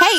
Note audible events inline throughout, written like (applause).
Hey,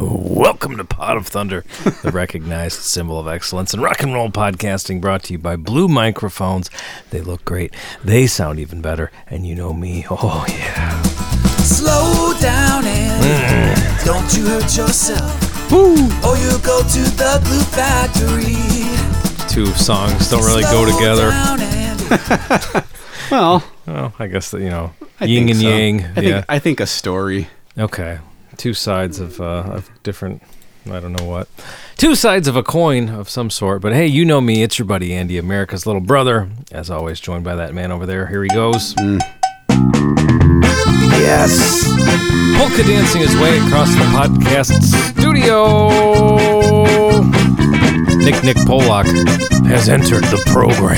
Welcome to Pot of Thunder, the (laughs) recognized symbol of excellence in rock and roll podcasting, brought to you by Blue Microphones. They look great, they sound even better, and you know me. Oh, yeah. Slow down and don't you hurt yourself. Or you go to the glue factory. Two songs don't really go Slow together. down and Well, Oh, I guess that, you know, I yin think and so. yang. I think, yeah. I think a story. okay. Two sides of, uh, of different. I don't know what. Two sides of a coin of some sort, but hey, you know me. It's your buddy Andy, America's little brother. As always, joined by that man over there. Here he goes. polka dancing his way across the podcast studio. Nick Nick Polak has entered the program.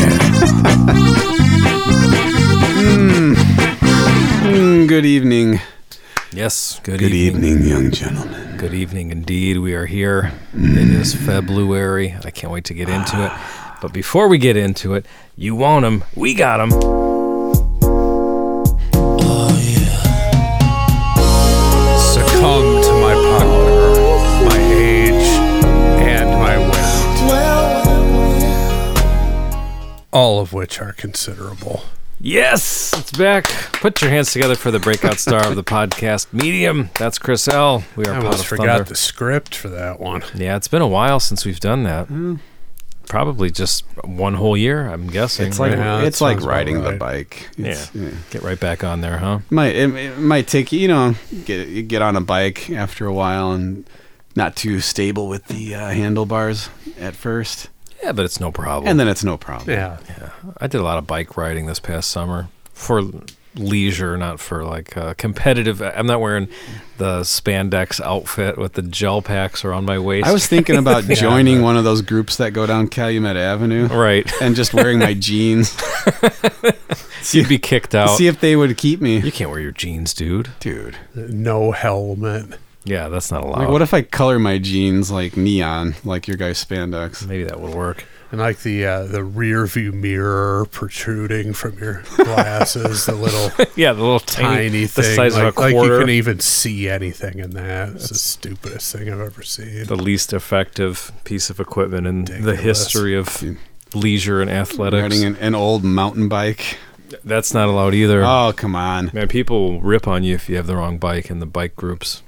Mm, good evening. Yes, good, Good evening. evening, young gentlemen. Good evening indeed. We are here. It is February. I can't wait to get into it. But before we get into it, you want them. We got them. succumbed to my power, my age, and my weight, all of which are considerable. Yes, it's back. Put your hands together for the breakout star of the podcast, Medium. That's Chris L. We are I Pot almost of forgot Thunder. the script for that one. Yeah, it's been a while since we've done that. Hmm. Probably just one whole year, I'm guessing. It's like right? Yeah, that it's like sounds about riding the right. bike. yeah. It's- yeah. Get right back on there, huh? Might it, it might take you know get you get on a bike after a while and not too stable with the uh, handlebars at first, Yeah, but it's no problem. and then it's no problem. Yeah, I did a lot of bike riding this past summer for leisure, not for like uh, competitive. I'm not wearing the spandex outfit with the gel packs around my waist. I was (laughs) thinking about joining one of those groups that go down Calumet Avenue, right. (laughs) and just wearing (laughs) my jeans. You'd be kicked out. (laughs) See if they would keep me, you can't wear your jeans, dude. Oh. dude. no helmet. Yeah, that's not allowed. Like, what if I color my jeans like neon, like your guy's spandex? Maybe that would work. And like the uh, the rear view mirror protruding from your glasses, (laughs) the little Yeah, the little tiny, tiny the thing, size like, of a like quarter. you can even see anything in that. It's the stupidest thing I've ever seen. the least effective piece of equipment in the Ridiculous. history of leisure and athletics. Riding an, an old mountain bike. That's not allowed either. Oh come on! Man, people will rip on you if you have the wrong bike in the bike (laughs) groups.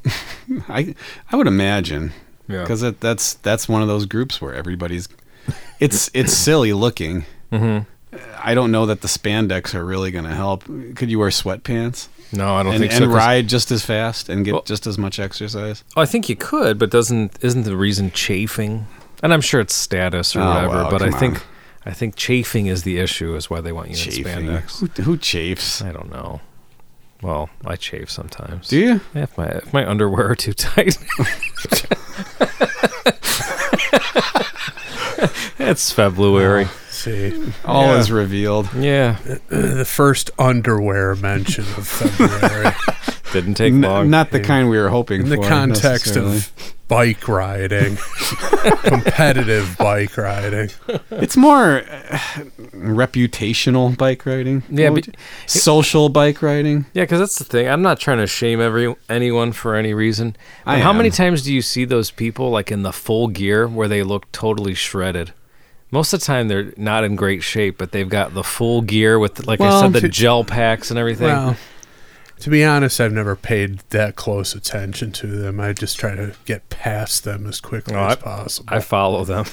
I I would imagine Yeah. because that's that's one of those groups where everybody's it's it's silly looking. Mm-hmm. I don't know that the spandex are really going to help. Could you wear sweatpants No, I don't and, think so. and 'cause- ride just as fast and get Well- just as much exercise? Oh, I think you could, but doesn't isn't the reason chafing? And I'm sure it's status or Oh, whatever, well, but I come think on. I think chafing is the issue is why they want you in Chafing. spandex. Who, who chafes? I don't know. Well, I chafe sometimes. Do you? Yeah, If my if my underwear are too tight. it's February. See, All Yeah. is revealed. Uh, Yeah. (laughs) the first underwear mention of February. Didn't take N- long. not the kind we were hoping in for. the context necessarily. of bike (laughs) riding, competitive bike riding. It's more uh, reputational bike riding. Yeah, but- Would you- social bike riding. Yeah, because that's the thing. I'm not trying to shame every anyone for any reason. I But how many am. times do you see those people like in the full gear where they look totally shredded? Most of the time they're not in great shape, but they've got the full gear with like I Well, said the to- gel packs and everything. Well, to be honest, I've never paid that close attention to them. I just try to get past them as quickly No, as possible. I follow them.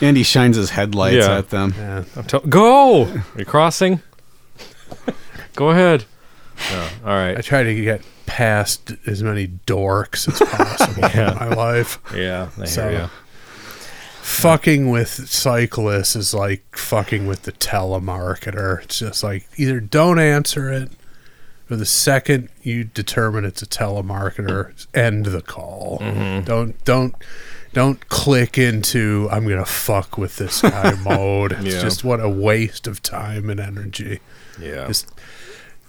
And he shines his headlights Yeah. at them. yeah. I'm tell- Go. Are you crossing? Go ahead. No, all I right. try to get past as many dorks as possible in my life. Yeah, I hear So- ya. Fucking with cyclists is like fucking with the telemarketer. It's just like either don't answer it, or the second you determine it's a telemarketer, end the call. Mm-hmm. Don't don't don't click into I'm gonna fuck with (laughs) this guy mode. It's Yeah. just what a waste of time and energy. Yeah. Just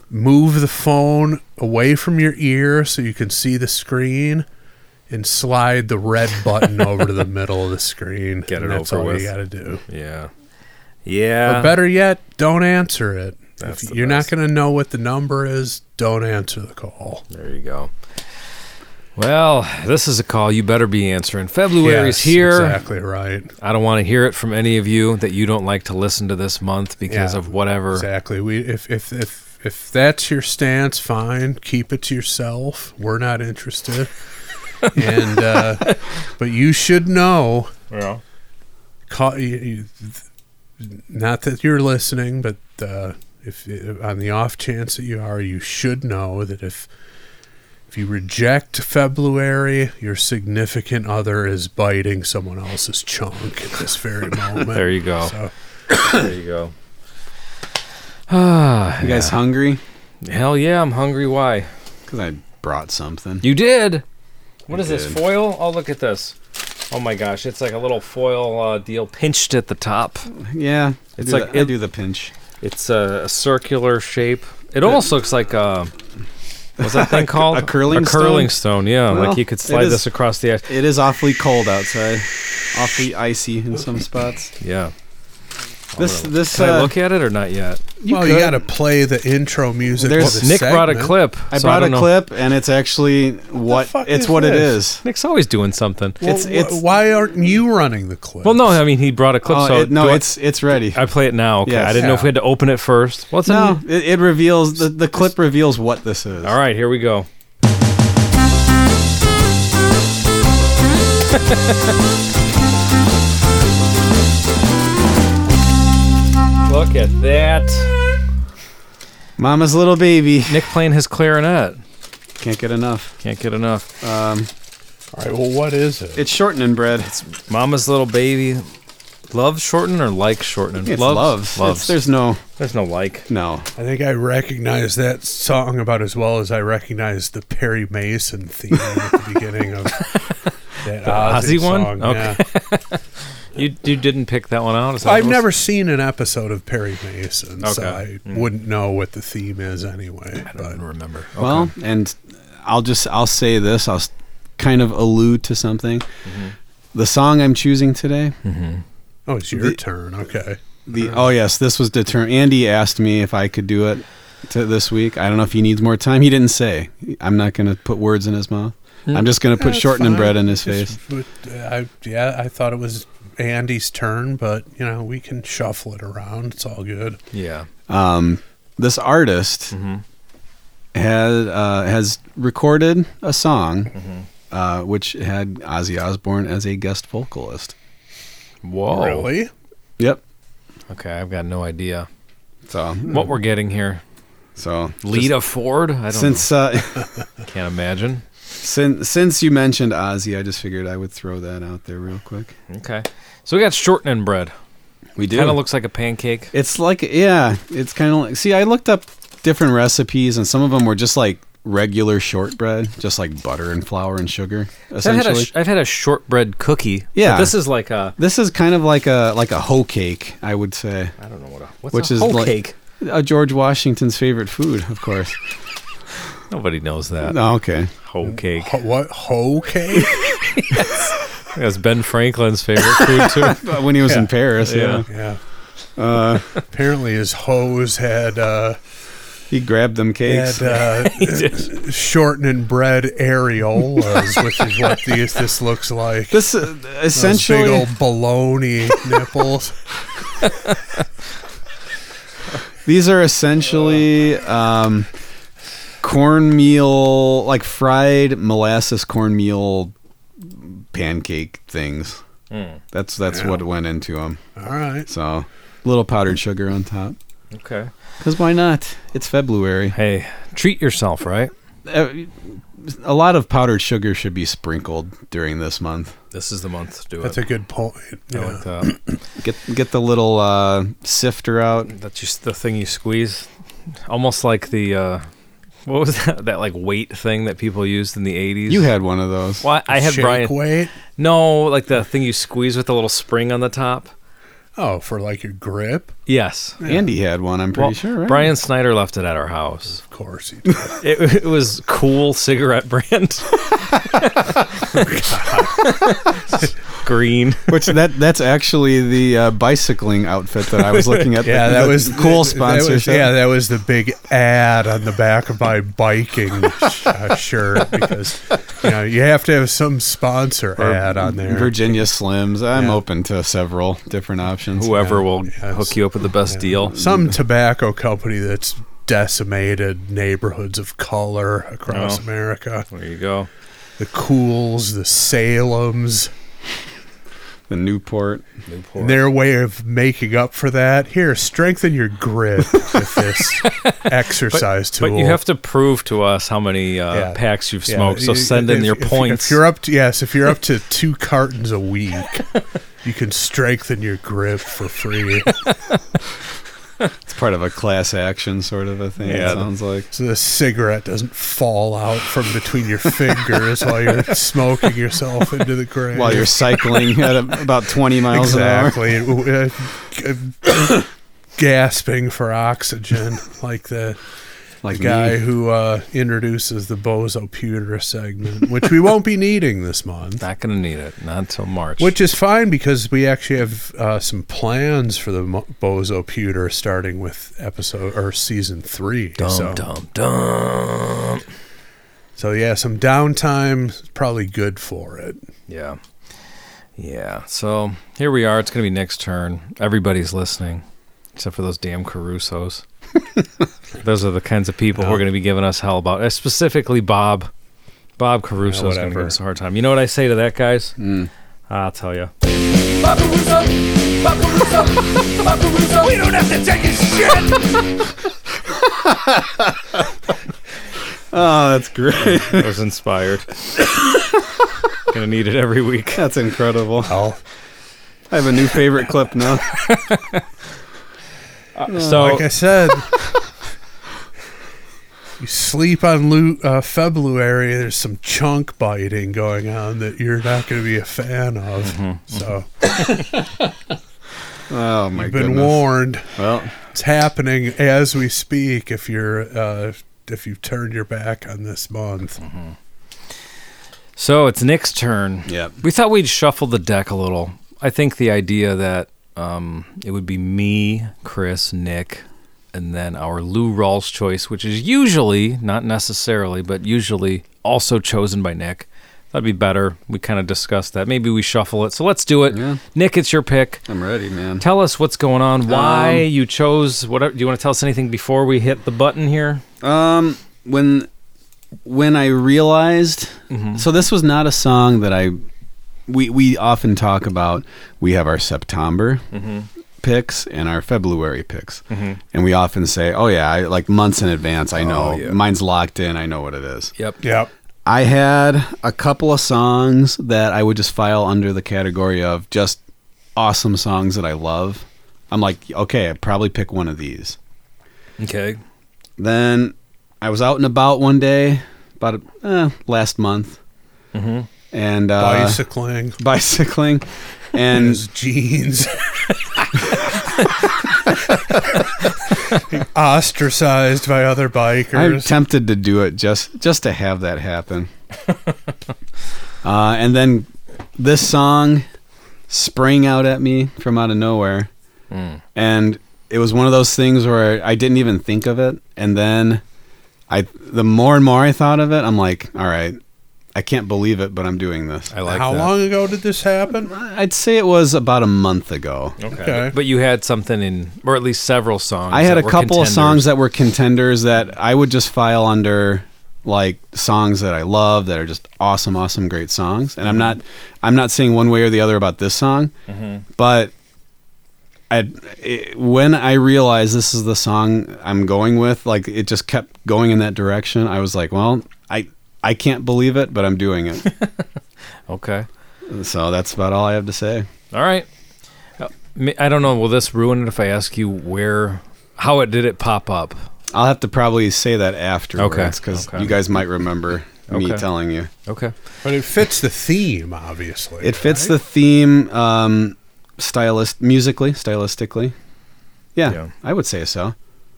move the phone away from your ear so you can see the screen and slide (laughs) the red button over to the middle of the screen. Get and it that's over all with. you got to do. yeah. Yeah. or better yet, don't answer it. That's If the you're best. not going to know what the number is, don't answer the call. There you go. Well, this is a call you better be answering. February's Yes, here. Exactly right. I don't want to hear it from any of you that you don't like to listen to this month because Yeah, of whatever. Exactly. We if if if if that's your stance, fine. Keep it to yourself. We're not (laughs) interested. and uh, but you should know Yeah. call, you, you, th- not that you're listening, but uh, if if- on the off chance that you are, you should know that if if you reject February, your significant other is biting someone else's chunk at (laughs) this very moment. There you go. So, There you go. You guys hungry? Hell yeah, I'm hungry. Why? Because I brought something. You did. What is this did. foil? Oh, look at this. Oh my gosh, it's like a little foil uh, deal pinched at the top. yeah. I It's do like the, I it- do the pinch. It's a, a circular shape. It almost looks like a what's (laughs) that thing called? curling a curling stone. Yeah, Well, like you could it slide is- this across the ice. It is awfully cold outside. Awfully icy in some spots. Yeah. This this Can I uh, look at it or not yet? well, could. you got to play the intro music. There's- for the Nick brought a segment. clip. I so brought don't a know. clip, and it's actually what, fuck it's is what it this? is. Nick's always doing something. Well, It's- wh- it's- why aren't you running the clip? Well, no, I mean he brought a clip. Oh, so it- no, do I- it's it's ready. I play it now. Okay, Yes. I didn't know Yeah. if we had to open it first. What's no, it, it reveals the, the clip reveals what this is. All right, here we go. (laughs) Look at that. Mama's little baby Nick playing his clarinet. can't get enough. Can't get enough. All right. Well, what is it? It's shortening bread. Mama's little baby. Love shortening or like shortening? It's Loves? love. Loves. It's, there's no there's no like. no. I think I recognize that song about as well as I recognize the Perry Mason theme at the (laughs) beginning of that Ozzy, Ozzy one? song. Okay. yeah. (laughs) You you didn't pick that one out. Is that I've what- never seen an episode of Perry Mason, so Okay. Mm. I wouldn't know what the theme is anyway. But remember. Well, and I'll just I'll say this. I'll s- kind of allude to something. Mm-hmm. The song I'm choosing today. oh, it's your The- turn. Okay. (laughs) The oh yes, this was deter. Andy asked me if I could do it to this week. I don't know if he needs more time. He didn't say. I'm not going to put words in his mouth. Hmm. I'm just going to put That's shortening fine. bread in his face. Just put- uh, I, yeah, I thought it was Andy's turn, but you know we can shuffle it around. It's all good. yeah. Mm-hmm. um, this artist Hmm. had uh, has recorded a song Mm-hmm. uh, which had Ozzy Osbourne as a guest vocalist. Oh. Whoa. Really? Yep. Okay, I've got no idea So what we're getting here. so Lita Ford? I don't just- since uh, (laughs) know. can't imagine. since since you mentioned Ozzy, I just figured I would throw that out there real quick. Okay. So we got shortening bread. We do. Kind of looks like a pancake. It's like yeah, it's kind of like see. I looked up different recipes, and some of them were just like regular shortbread, just like butter and flour and sugar. I've had, Essentially, a sh- I've had a shortbread cookie. but Yeah. this is like a this is kind of like a like a hoe cake, I would say. I don't know what a what's Which a is whole like- cake. uh, George Washington's favorite food, of course. Nobody knows that. Oh, okay. Whole cake. Ho- what hoe (laughs) cake? That's Ben Franklin's favorite food (laughs) too. But when he was in Paris, yeah. Yeah. yeah. Uh. Apparently, his hoes had uh, he grabbed them cakes. had (laughs) uh, shortening bread areolas, which is what these this looks like. this uh, Those essentially big old baloney nipples. These are essentially um, cornmeal, like fried molasses cornmeal pancake things. Hmm. That's that's what went into them. All right. So a little powdered sugar on top. Okay. Because why not? It's February. Hey, treat yourself, right? Uh, A lot of powdered sugar should be sprinkled during this month. This is the month to do That's a it. good point. I Yeah. like that. Get get the little uh, sifter out. That's just the thing you squeeze, almost like the uh, what was (laughs) that? That like weight thing that people used in the eighties. You had one of those. Well, I I had Shake Brian. weight. No, like the thing you squeeze with the little spring on the top. Oh, for like your grip? Yes. Andy had one. I'm pretty Well, sure. Right? Brian Snyder left it at our house. Of course you (laughs) do. It, (laughs) it was cool cigarette brand. (laughs) Green. Which that that's actually the uh, bicycling outfit that I was looking (laughs) at. Yeah, The- that the was cool that was- sponsorship. yeah, that was the big ad on the back of my biking sh- uh, shirt because you know you have to have some sponsor ad on there. Virginia Slims. I'm open to several different options. Whoever will yes. hook you up with the best deal. Some tobacco company that's decimated neighborhoods of color across Oh. America. There you go. The Cools, the Salems. The Newport. And their way of making up for that, here, strengthen your grip with this exercise tool. But you have to prove to us how many uh, Yeah. packs you've Yeah, smoked. so you- send in if- your if- points. If you're up to yes, if you're up to (laughs) two cartons a week, you can strengthen your grip for free. It's part of a class action sort of a thing. Yeah. It sounds like. so the cigarette doesn't fall out from between your fingers (laughs) while you're smoking yourself into the grave. While you're cycling (laughs) at a, about 20 miles exactly Uh, g- (laughs) gasping for oxygen, like the an hour, like the guy me. who uh, introduces the Bozo Pewter segment, which we won't be needing this month. Not going to need it. Not until March. Which is fine because we actually have uh, some plans for the Mo- Bozo Pewter starting with episode or season three. Dum, so, dum, dum. so yeah, some downtime is probably good for it. Yeah. Yeah. So here we are. It's going to be next turn. Everybody's listening, except for those damn (laughs) Carusos. those are the kinds of people who are going to be giving us hell about, uh, specifically Bob. Bob Caruso is going to give whatever. Mm. us a hard time. You know what I say to that, guys? I'll tell you. We don't have to take his shit. Oh, that's great. (laughs) I was (laughs) inspired. going to need it every week. That's incredible. Well, I have a new favorite clip now. so, like Uh, I said, you sleep on lo- uh, February. There's some chunk biting going on that you're not going to be a fan of. So Oh my you've been goodness. warned. Well, It's happening as we speak. If you're uh, if you've turned your back on this month, so it's Nick's turn. Yep. We thought we'd shuffle the deck a little. I think the idea that um, it would be me, Chris, Nick, and then our Lou Rawls choice, which is usually, not necessarily, but usually also chosen by Nick. That'd be better. We kind of discussed that. Maybe we shuffle it. So let's do it. Yeah. Nick, it's your pick. I'm ready, man. Tell us what's going on. Why you chose whatever? Do you want to tell us anything before we hit the button here? Um, when when I realized, so this was not a song that I. We we often talk about. We have our September picks and our February picks, and we often say, "Oh yeah, I, like months in advance. I know mine's locked in. I know what it is." Yep. yep. I had a couple of songs that I would just file under the category of just awesome songs that I love. I'm like, okay, I probably pick one of these. Okay. Then I was out and about one day, about uh, last month, and uh, Bicycling, (laughs) bicycling, and (laughs) his jeans. ostracized by other I'm bikers. tempted to do it just just to have that happen. uh, and then this song sprang out at me from out of nowhere, and it was one of those things where I didn't even think of it, and then I the more and more I thought of it, I'm like, all right, I can't believe it, but I'm doing this. I like How that. long ago did this happen? I'd say it was about a month ago. Okay. Okay. But you had something in, or at least several songs. I had that a were couple of contenders. songs that were contenders that I would just file under like songs that I love that are just awesome, awesome, great songs. And I'm not, I'm not saying one way or the other about this song, Mm-hmm. but I, it, when I realized this is the song I'm going with, like it just kept going in that direction. I was like, well, I, I can't believe it, but I'm (laughs) doing it. Okay. so that's about all I have to say. All right. Uh, ma- I don't know. Will this ruin it if I ask you where, how it did it pop up? I'll have to probably say that afterwards because okay. you guys might remember me Okay. telling you. Okay. But it fits the theme, obviously. It fits the theme um, stylist musically, stylistically. Yeah, Yeah. I would say so.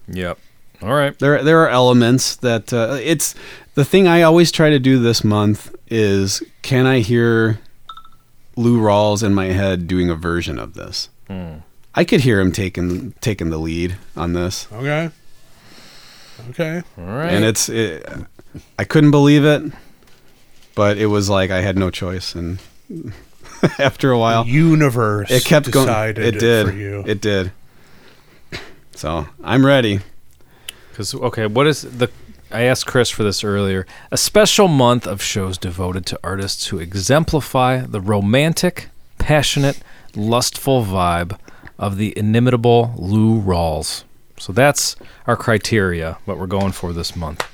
Yep. All right. There, there are elements that uh, it's the thing I always try to do this month is can I hear Lou Rawls in my head doing a version of this? Hmm. I could hear him taking taking the lead on this, Okay. Okay. All right. and it's it, I couldn't believe it, but it was like I had no choice, and (laughs) after a while, The universe it kept going. decided It did. for you. It did. So I'm ready. Because okay, what is the? I asked Chris for this earlier. A special month of shows devoted to artists who exemplify the romantic, passionate, lustful vibe of the inimitable Lou Rawls. So that's our criteria. What we're going for this month.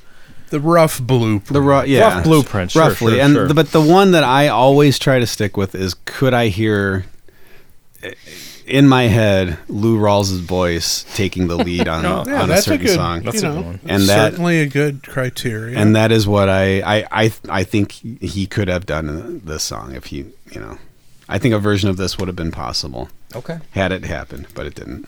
the rough blueprint. The raw, yeah, Rough blueprint, sure, roughly. sure, and sure. The, but the one that I always try to stick with is: Could I hear eh, in my head Lou Rawls' voice taking the (laughs) lead on, a- Oh, yeah, on a that's a certain good. song? you That's a know, good one. And that- certainly a good criteria. And that is what I, I, I, I think he could have done in this song if he, you know, I think a version of this would have been possible Okay. had it happened, but it didn't.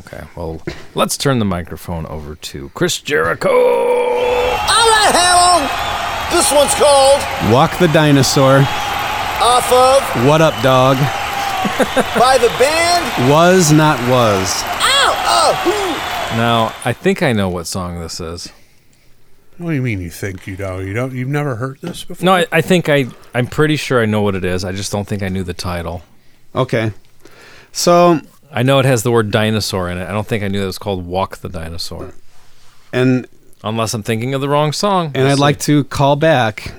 Okay. Well, let's turn the microphone over to Chris Jericho. All right, Harold. This one's called Walk the dinosaur. Off of What up, dog? by the band (laughs) oh. Was not was. Now, I think I know what song this is. what do you mean you think you know? You don't. You've never heard this before. No, I, I think I. I'm pretty sure I know what it is. I just don't think I knew the title. Okay. So, I know it has the word dinosaur in it. I don't think I knew that it was called Walk the Dinosaur. and Unless I'm thinking of the wrong song. and We'll I'd see. like to call back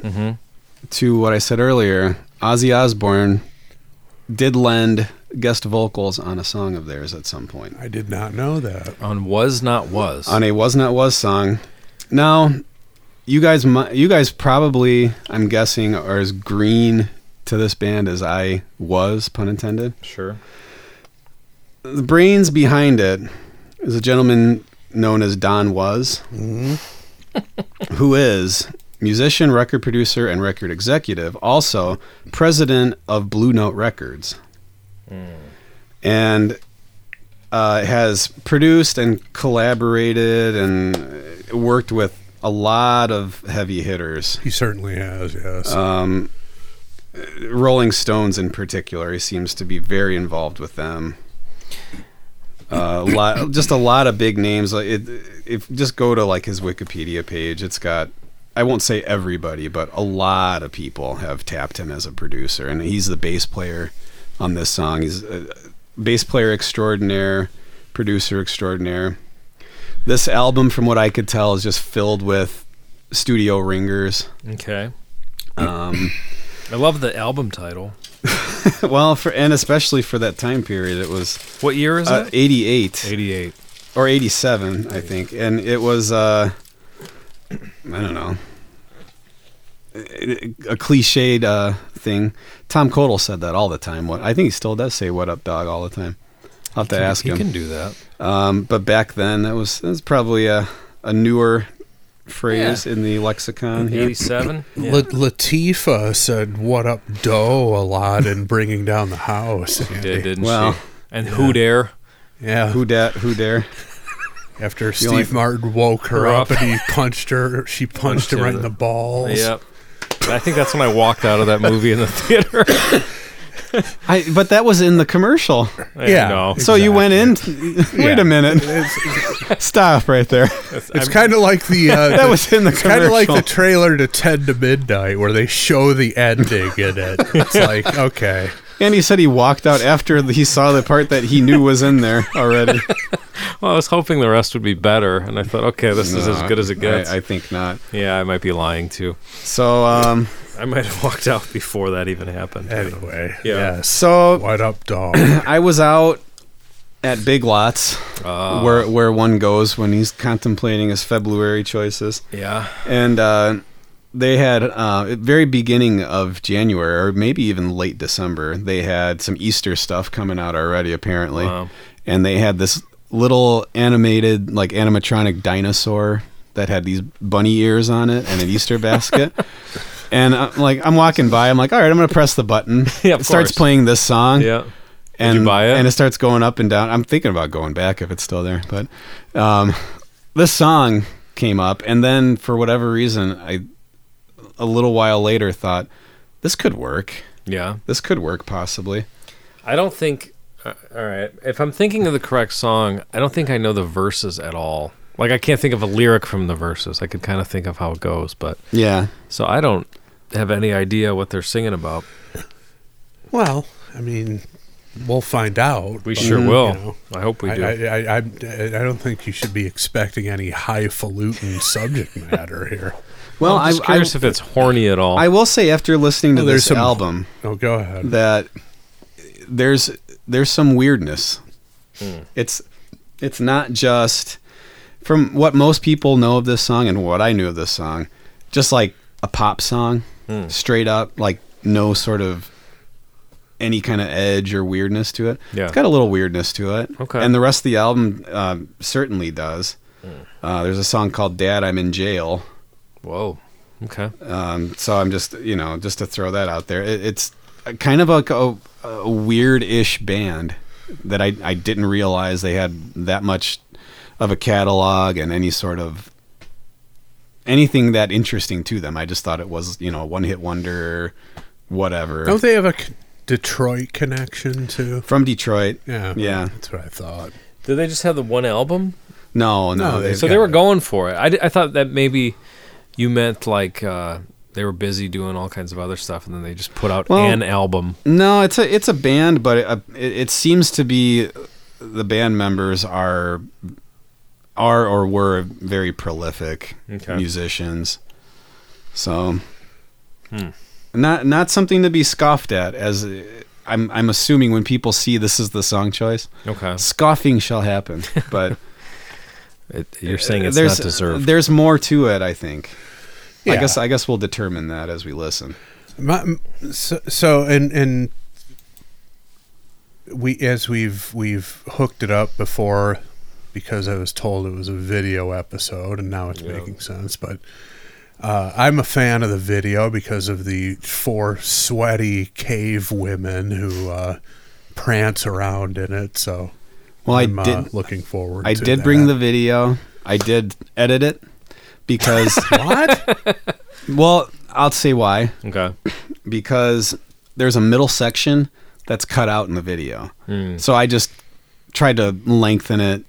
to what I said earlier. Ozzy Osbourne did lend guest vocals on a song of theirs at some point I did not know that. on Was Not Was. on a "Was Not Was" song. Now, you guys, mu- you guys probably, I'm guessing, are as green to this band as I was, pun intended. sure. the brains behind it is a gentleman known as Don Was, who is musician, record producer, and record executive, also president of Blue Note Records, and uh, has produced and collaborated and uh, worked with a lot of heavy hitters. He certainly has. Yes. Rolling Stones in particular, he seems to be very involved with them. Uh, a lot, just a lot of big names. Like, It, if just go to like his Wikipedia page, it's got. I won't say everybody, but a lot of people have tapped him as a producer, and he's the bass player on this song. He's a bass player extraordinaire, producer extraordinaire. This album, from what I could tell, is just filled with studio ringers. (laughs) Okay. Um, I love the album title. well, for and especially for that time period, it was What year is uh, it? 88 88. or 87 i think and it was uh i don't know a cliched uh thing tom Codel said that all the time what i think he still does say what up dog all the time i'll have to ask he him can do that. um but back then that was that was probably a, a newer phrase in the lexicon here 87. Yeah. La- Latifah said "What up, doe" a lot in bringing down the house. Did, Andy. didn't Well, she? And Who Dare. Yeah. who dat who dare After Steve only- Martin woke her, Her up up. and he punched her, she punched him right in the balls. Yep. I think that's when I walked out of that movie in the (laughs) theater. I, but that was in the commercial. I Yeah. know. So you went in. Wait Yeah. a minute. (laughs) Stop right there. It's kind of like the uh, That was in the it's kind of like the commercial. trailer to Ten to Midnight where they show the ending in it. It's like okay, And he said he walked out after he saw the part that he knew was in there already. Well, I was hoping the rest would be better, and I thought, okay, (laughs) this is as No, good as it gets. I, I think not. yeah, I might be lying too. So, um, I might have walked out before that even happened. anyway, Yeah. yes, so what up, dog? I was out at Big Lots, Oh. where where one goes when he's contemplating his February choices, Yeah. and uh, they had uh, at very beginning of January or maybe even late December, they had some Easter stuff coming out already apparently, Wow. and they had this little animated like animatronic dinosaur that had these bunny ears on it and an Easter (laughs) basket. And I'm like, I'm walking by. I'm like, all right, I'm gonna press the button. Yeah, of it starts course. playing this song Yeah. and you buy it? and it starts going up and down. I'm thinking about going back if it's still there, but um, this song came up, and then for whatever reason, I a little while later thought this could work. Yeah. This could work possibly. I don't think. Uh, all right. If I'm thinking of the correct song, I don't think I know the verses at all. Like I can't think of a lyric from the verses. I could kind of think of how it goes, but Yeah, so I don't have any idea what they're singing about. well, I mean, we'll find out. We but, sure you will. know, I hope we do. I, I, I, I, I don't think you should be expecting any highfalutin (laughs) subject matter here. Well, I'm just I- I- curious if it's horny at all. I will say after listening to Well, there's this some- album Oh, go ahead. that there's there's some weirdness. Hmm. It's it's not just from what most people know of this song and what I knew of this song, just like a pop song, Hmm. straight up, like no sort of any kind of edge or weirdness to it. Yeah. It's got a little weirdness to it. Okay. Hmm. And the rest of the album um, certainly does. Uh, there's a song called "Dad, I'm in Jail." Whoa. Okay. Um, so I'm just, you know, just to throw that out there, it, it's a- kind of like a, a weird-ish band that I, I didn't realize they had that much of a catalog and any sort of anything that interesting to them. I just thought it was, you know, a one-hit wonder, whatever. Don't they have a c- Detroit connection too? From Detroit. Yeah, Yeah. That's what I thought. Did they just have the one album? No, no. No, they- they- So Yeah. they were going for it. I, d- I thought that maybe you meant like uh, they were busy doing all kinds of other stuff, and then they just put out Well- an album. No, it's a it's a band, but it, uh, it, it seems to be the band members are are or were very prolific Okay. musicians. So, Hmm. not not something to be scoffed at. As uh, I'm I'm assuming when people see this is the song choice, Okay. scoffing (laughs) shall happen. But It, you're saying it's there's not deserved. there's more to it. I think. I Yeah. guess I guess we'll determine that as we listen. My, m- so, so and and we as we've we've hooked it up before because I was told it was a video episode and now it's making sense. But uh, I'm a fan of the video because of the four sweaty cave women who uh, prance around in it. So Well, I I'm uh, did looking forward. I to did bring the that. video. I did edit it (laughs) because what? well, I'll say why. okay. Because there's a middle section that's cut out in the video. Hmm. So I just tried to lengthen it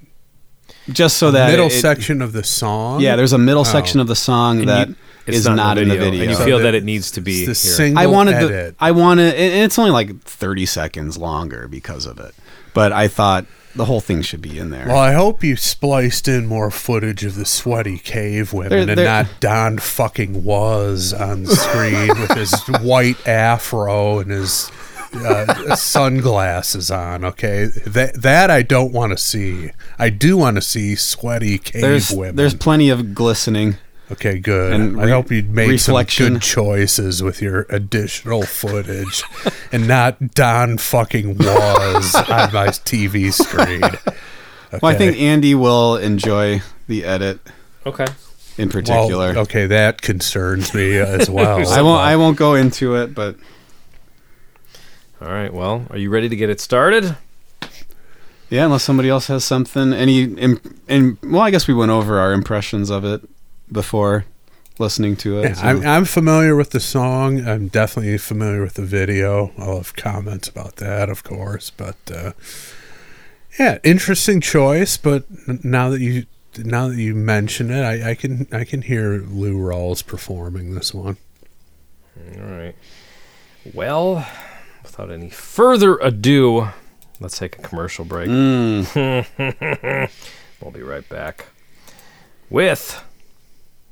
just so that Middle it- section of the song. Yeah, there's a middle Oh. section of the song And that you- it's is not in the not in the video, and video. you So feel the- that it needs to be it's the here. single I wanted edit. the I wanted and it's only like 30 seconds longer because of it. But I thought the whole thing should be in there. Well, I hope you spliced in more footage of the sweaty cave women There- and there- not Don fucking was on screen with his white afro and his uh, sunglasses on. Okay, that that I don't want to see. I do want to see sweaty cave there's women. there's plenty of glistening. okay, good. and I re- hope you made some reflection. good choices with your additional footage, and not Don fucking was on my TV screen. Well, I think Okay. Andy will enjoy the edit Okay. in particular. Well, okay, that concerns me as well. (laughs) I won't. I won't go into it, but All right. Well, are you ready to get it started? Yeah, unless somebody else has something. Any, im and well, I guess we went over our impressions of it before listening to it. Yeah, so- I'm, I'm familiar with the song. I'm definitely familiar with the video. I'll have comments about that, of course. But uh, yeah, interesting choice. But n- now that you now that you mention it, I, I can I can hear Lou Rawls performing this one. All right. Well, without any further ado, let's take a commercial break. Mm. (laughs) we'll be right back with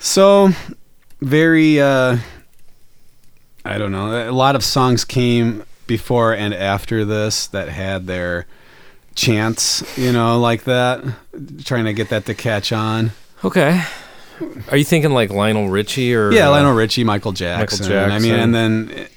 So, very, uh, I don't know. A lot of songs came before and after this that had their chance, you know, like that, trying to get that to catch on. Okay. Are you thinking like Lionel Richie or Yeah, uh, Lionel Richie, Michael Jackson. I mean, Jackson. and then it,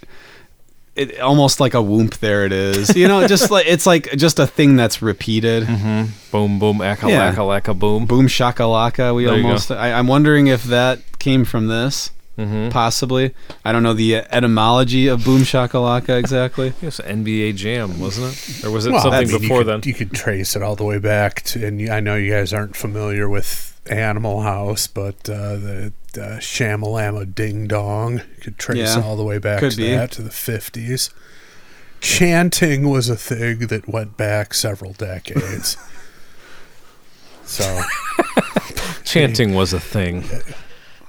it almost like a whoop. There it is. You know, just like it's like just a thing that's repeated. Mm-hmm. Boom Boom Aka Yeah. Laka Laka Boom? Boom shakalaka. We There you go. almost. I, I'm wondering if that came from this. Mm-hmm. Possibly. I don't know the etymology of boom shakalaka exactly. It was NBA Jam, wasn't it? Or was it Well, I something mean, you before could- then? You could trace it all the way back to, and you- I know you guys aren't familiar with Animal House, but uh, the uh, Shamalama Ding Dong you could trace Yeah, all the way back could to be. that, to the 50s. Chanting was a thing that went back several decades. (laughs) so, Chanting was a thing.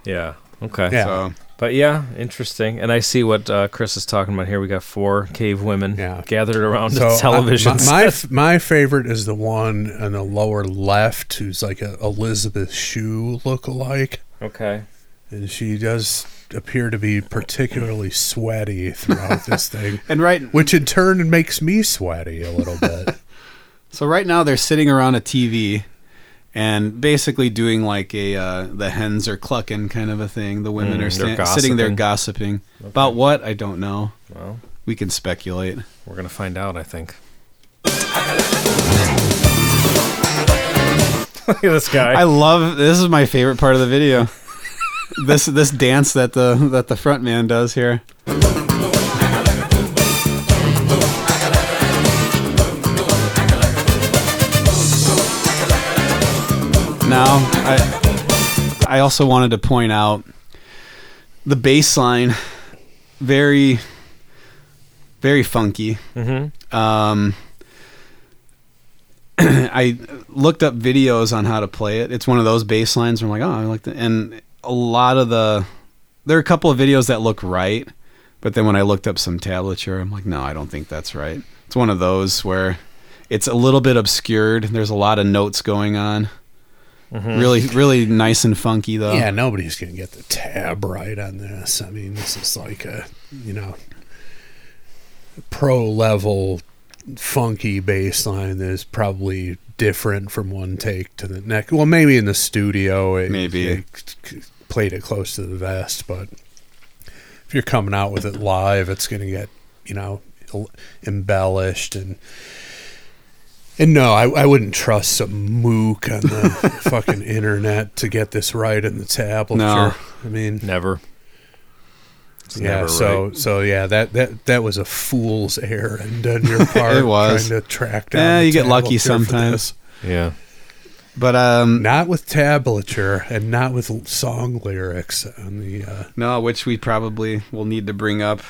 Yeah. Okay. yeah. So But yeah, interesting. And I see what uh, Chris is talking about here. We got four cave women Yeah. gathered around So, a uh, television my- set. my, f- my favorite is the one in the lower left, who's like a Elizabeth Shue lookalike. Okay. and she does appear to be particularly sweaty throughout this thing, and right which in turn makes me sweaty a little bit. so right now they're sitting around a TV and basically doing like a uh, the hens are clucking kind of a thing. The women Mm, are they're sta- sitting there gossiping. gossiping about what I don't know. Well, We can speculate. we're going to find out, I think. (laughs) Look at this guy. (laughs) I love this is my favorite part of the video. (laughs) this this dance that the that the front man does here. Now I I also wanted to point out the bass line very very funky. Um (clears throat) I looked up videos on how to play it. It's one of those bass lines where I'm like, oh, I like that. And a lot of the, there are a couple of videos that look right, but then when I looked up some tablature, I'm like, no, I don't think that's right. It's one of those where it's a little bit obscured. There's a lot of notes going on. Really, really nice and funky though. yeah, Uh, nobody's gonna get the tab right on this. I mean, this is like a you know pro level funky bass line that is probably different from one take to the next. Well, maybe in the studio, it, Maybe. it c- played it close to the vest, but if you're coming out with it live, it's gonna get you know el- embellished and And no, I, I wouldn't trust some mook on the (laughs) fucking internet to get this right in the tablature. No. I mean, Never. It's yeah. never so right. so yeah, that, that that was a fool's errand on your part. (laughs) It was. trying to track down. Eh, the you get lucky tablature for sometimes. this. Yeah. But um, Not with tablature and not with l- song lyrics on the. Uh, no, which we probably will need to bring up.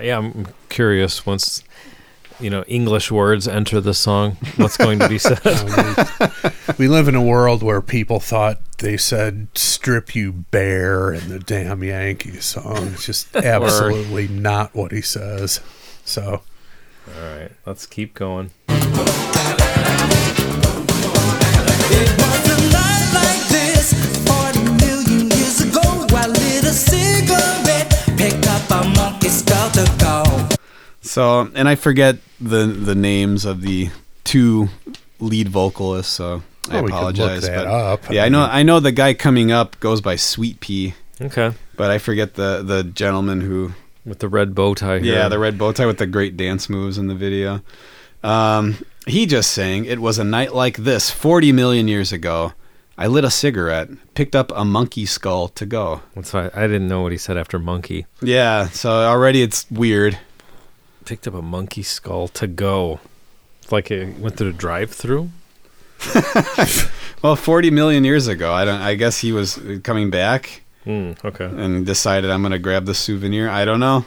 Yeah, I'm curious once you know English words enter the song, what's going to be (laughs) said? Um, we live in a world where people thought they said strip you bare in the damn Yankee song. It's just absolutely not what he says. So All right, let's keep going. It was a night like this, four million years ago. I lit a cigarette, picked up a monkey skull to go. So, and I forget the the names of the two lead vocalists. So I Well, we could look apologize. that but up. yeah, I, I know. mean- I know the guy coming up goes by Sweet Pea, Okay, but I forget the the gentleman who. with the red bow tie. Here. Yeah, the red bow tie with the great dance moves in the video. Um, he just sang, "It was a night like this, forty million years ago. I lit a cigarette, picked up a monkey skull to go." That's why I didn't know what he said after monkey. Yeah, so already it's weird. Picked up a monkey skull to go. It's like it went through the drive-through. Well, 40 million years ago, I don't. I guess he was coming back Mm, okay, and decided I'm gonna grab the souvenir. I don't know.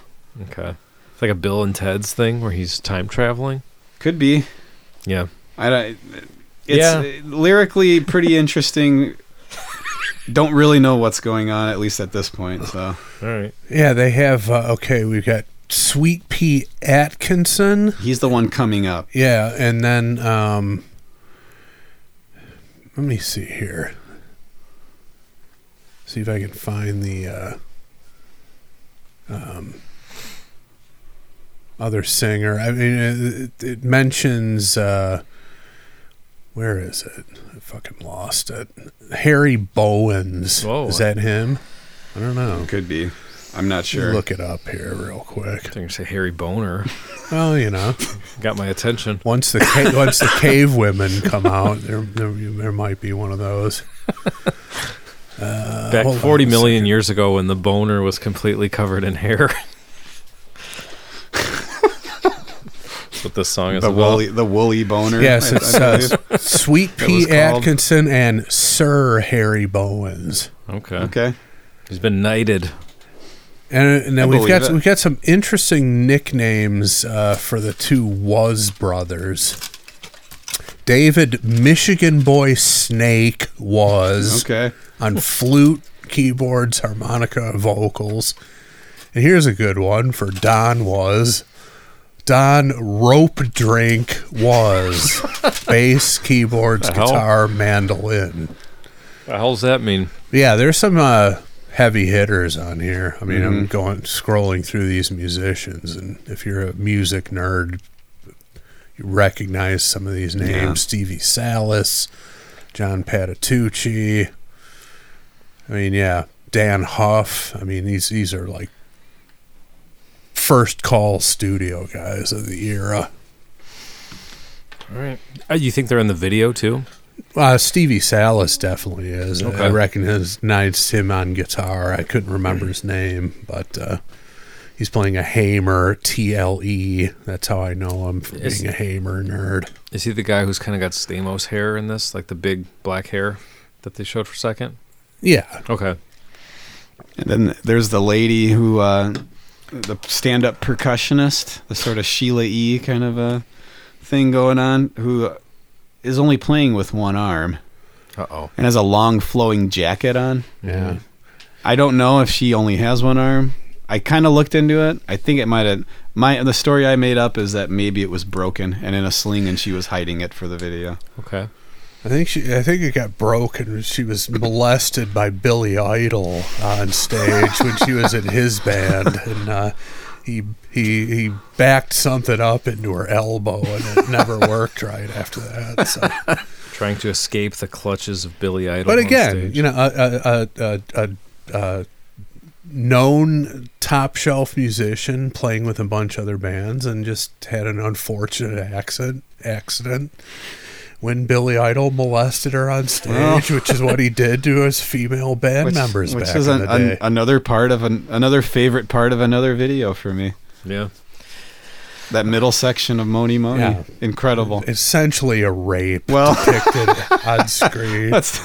okay. It's like a Bill and Ted's thing where he's time traveling. Could be. Yeah. I don't. It's Yeah. lyrically pretty interesting. don't really know what's going on at least at this point. So All right. yeah, they have uh, okay. We've got Sweet Pea Atkinson. he's the one coming up. Yeah, and then um, let me see here. See if I can find the uh, um, other singer. I mean, it, it mentions uh, where is it? I fucking lost it. Harry Bowens. Whoa. Is that him? I don't know. Could be. I'm not sure. Look it up here real quick. I'm gonna say Harry Boner Well, you know. got my attention. Once the ca- (laughs) once the cave women come out, there, there there might be one of (laughs) those. Back Uh, hold on 40 a million years ago when the boner was completely covered in hair. That's what this song is the about. woolly, the woolly boner. Yes, I- it's I uh, believe. (laughs) Sweet It P. was called- Atkinson and Sir Harry Bowens, Okay. okay. He's been knighted. and, and I then we've believe got it. we've got some interesting nicknames uh, for the two Was brothers. David Michigan Boy Snake was Okay. on flute, keyboards, harmonica, vocals. And here's a good one for Don was Don Rope Drink was (laughs) bass, keyboards, The hell? guitar, mandolin. What the hell's that mean? Yeah, there's some uh, heavy hitters on here. I mean, I'm going scrolling through these musicians, and if you're a music nerd, you recognize some of these names: Yeah. Stevie Salas, John Patitucci. I mean, yeah, Dan Huff. I mean, these these are like first call studio guys of the era. All right. Uh, you think they're in the video too? Uh, Stevie Salas definitely is. I- I Okay. recognized him on guitar. I couldn't remember his name, but uh, he's playing a Hamer TLE. That's how I know him from Is- being a Hamer nerd. Is he the guy who's kind of got Stamos hair in this, like the big black hair that they showed for a second? Yeah, Okay. And then there's the lady who, uh, the stand-up percussionist, the sort of Sheila E. kind of a thing going on, who is only playing with one arm Uh oh. and has a long flowing jacket on. Hmm. yeah. I don't know if she only has one arm. I kind of looked into it. I think it might have. My the story I made up is that maybe it was broken and in a sling, and she was hiding it for the video. Okay. I think she. I think it got broken. She was molested by Billy Idol on stage when she was in his band, and uh, he he he backed something up into her elbow, and it never worked right after that. So. Trying to escape the clutches of Billy Idol. But on again, stage. you know, a, a, a, a, a, a known top shelf musician playing with a bunch of other bands and just had an unfortunate accident accident when Billy Idol molested her on stage, (laughs) which is what he did to his female band members which back is in an, the an- day. another part of an, another favorite part of another video for me. Yeah. That middle section of Moni Moni, Yeah. incredible. Essentially a rape Well- depicted (laughs) on screen. That's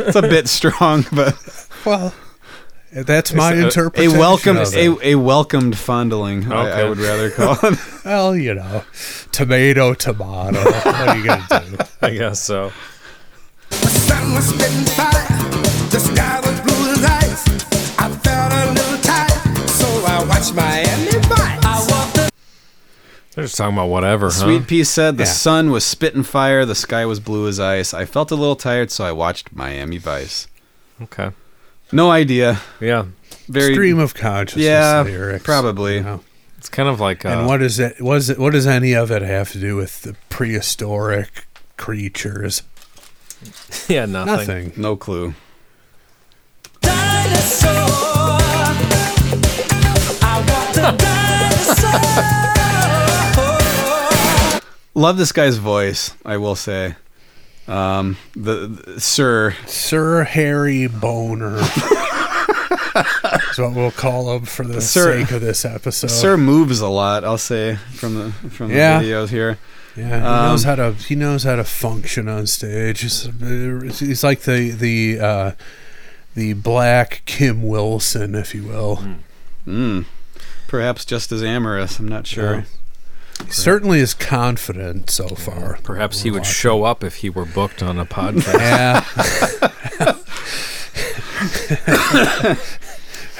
it's a bit (laughs) strong, but well, that's my a- interpretation. A welcome, of it. a, a welcomed fondling. I, Okay. I would (laughs) rather call it. Well, you know, tomato, tomato. what are you going (laughs) to do? I guess so. The sun was spitting fire, the sky was blue as ice. I felt a little tired, so I watched Miami Vice. I walked the They're just talking about whatever, huh? Sweet Pea said the Yeah. sun was spitting fire, the sky was blue as ice. I felt a little tired, so I watched Miami Vice. Okay. No idea. Yeah. Very Stream of consciousness Yeah, lyrics. probably. you know. It's kind of like uh, And what is it? What, is it? what does any of it have to do with the prehistoric creatures? yeah, nothing. Nothing. No clue. (laughs) dinosaur. I walked the dinosaur. Love this guy's voice. I will say, um, the, the- Sir Sir Harry Boner. That's what we'll call him for the Sir- sake of this episode. Sir moves a lot. I'll say from the from Yeah. the videos here. Yeah, he Um, knows how to he knows how to function on stage. He's, he's like the the uh, the black Kim Wilson, if you will. Mm. Perhaps just as amorous. I'm not sure. He certainly is confident so far. Perhaps he would show up if he were booked on a (laughs) podcast. Yeah,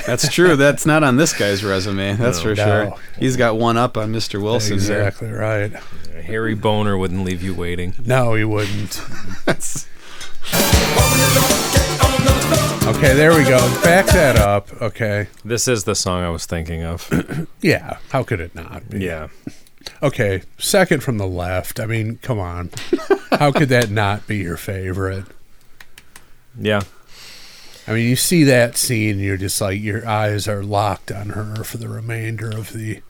That's true. That's not on this guy's resume. That's for No. sure. He's got one up on Mr. Wilson. there. exactly right. Harry Boner wouldn't leave you waiting. No, he wouldn't. (laughs) That's- Okay, there we go. Back that up. Okay. This is the song I was thinking (clears throat) of. Yeah, how could it not be? yeah. Okay, second from the left. I mean, come on. how could that not be your favorite? Yeah. I mean, you see that scene, and you're just like your eyes are locked on her for the remainder of the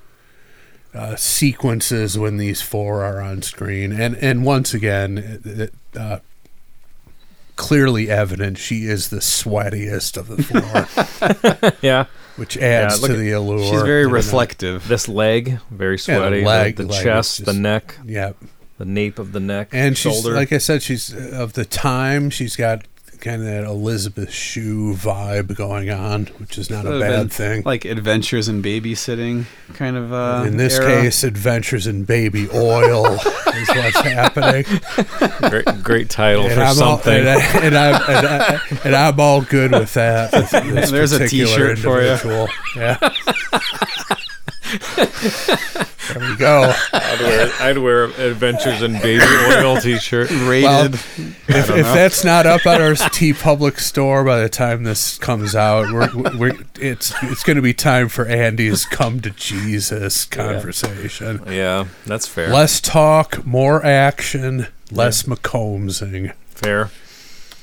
uh, sequences when these four are on screen, and and once again, it- it, uh, clearly evident she is the sweatiest of the four, Yeah. which adds Yeah, look to at- the allure. She's very you know. reflective. This leg, very Yeah, the sweaty. the leg- the leg is chest, the just- neck, Yeah, the nape of the neck, and she's shoulder. like I said, she's uh, of the time. She's got kind of that Elizabeth Shue vibe going on, which is not a bad Been thing. Like adventures in babysitting, kind of. Uh, in this era. case, adventures in baby oil is what's (laughs) happening. great, great title for I'm all, something. and, I, and, I'm, and, I, and I'm all good with (laughs) that. with this There's a particular t-shirt for ya. individual. Yeah. (laughs) there we go. I'd, wear, I'd wear Adventures in Baby Oil t-shirt. rated. If, if that's not up at (laughs) our T Public store by the time this comes out, we're, we're, it's it's going to be time for Andy's come to Jesus conversation. Yeah, that's fair. Less talk, more action, less McCombsing. fair.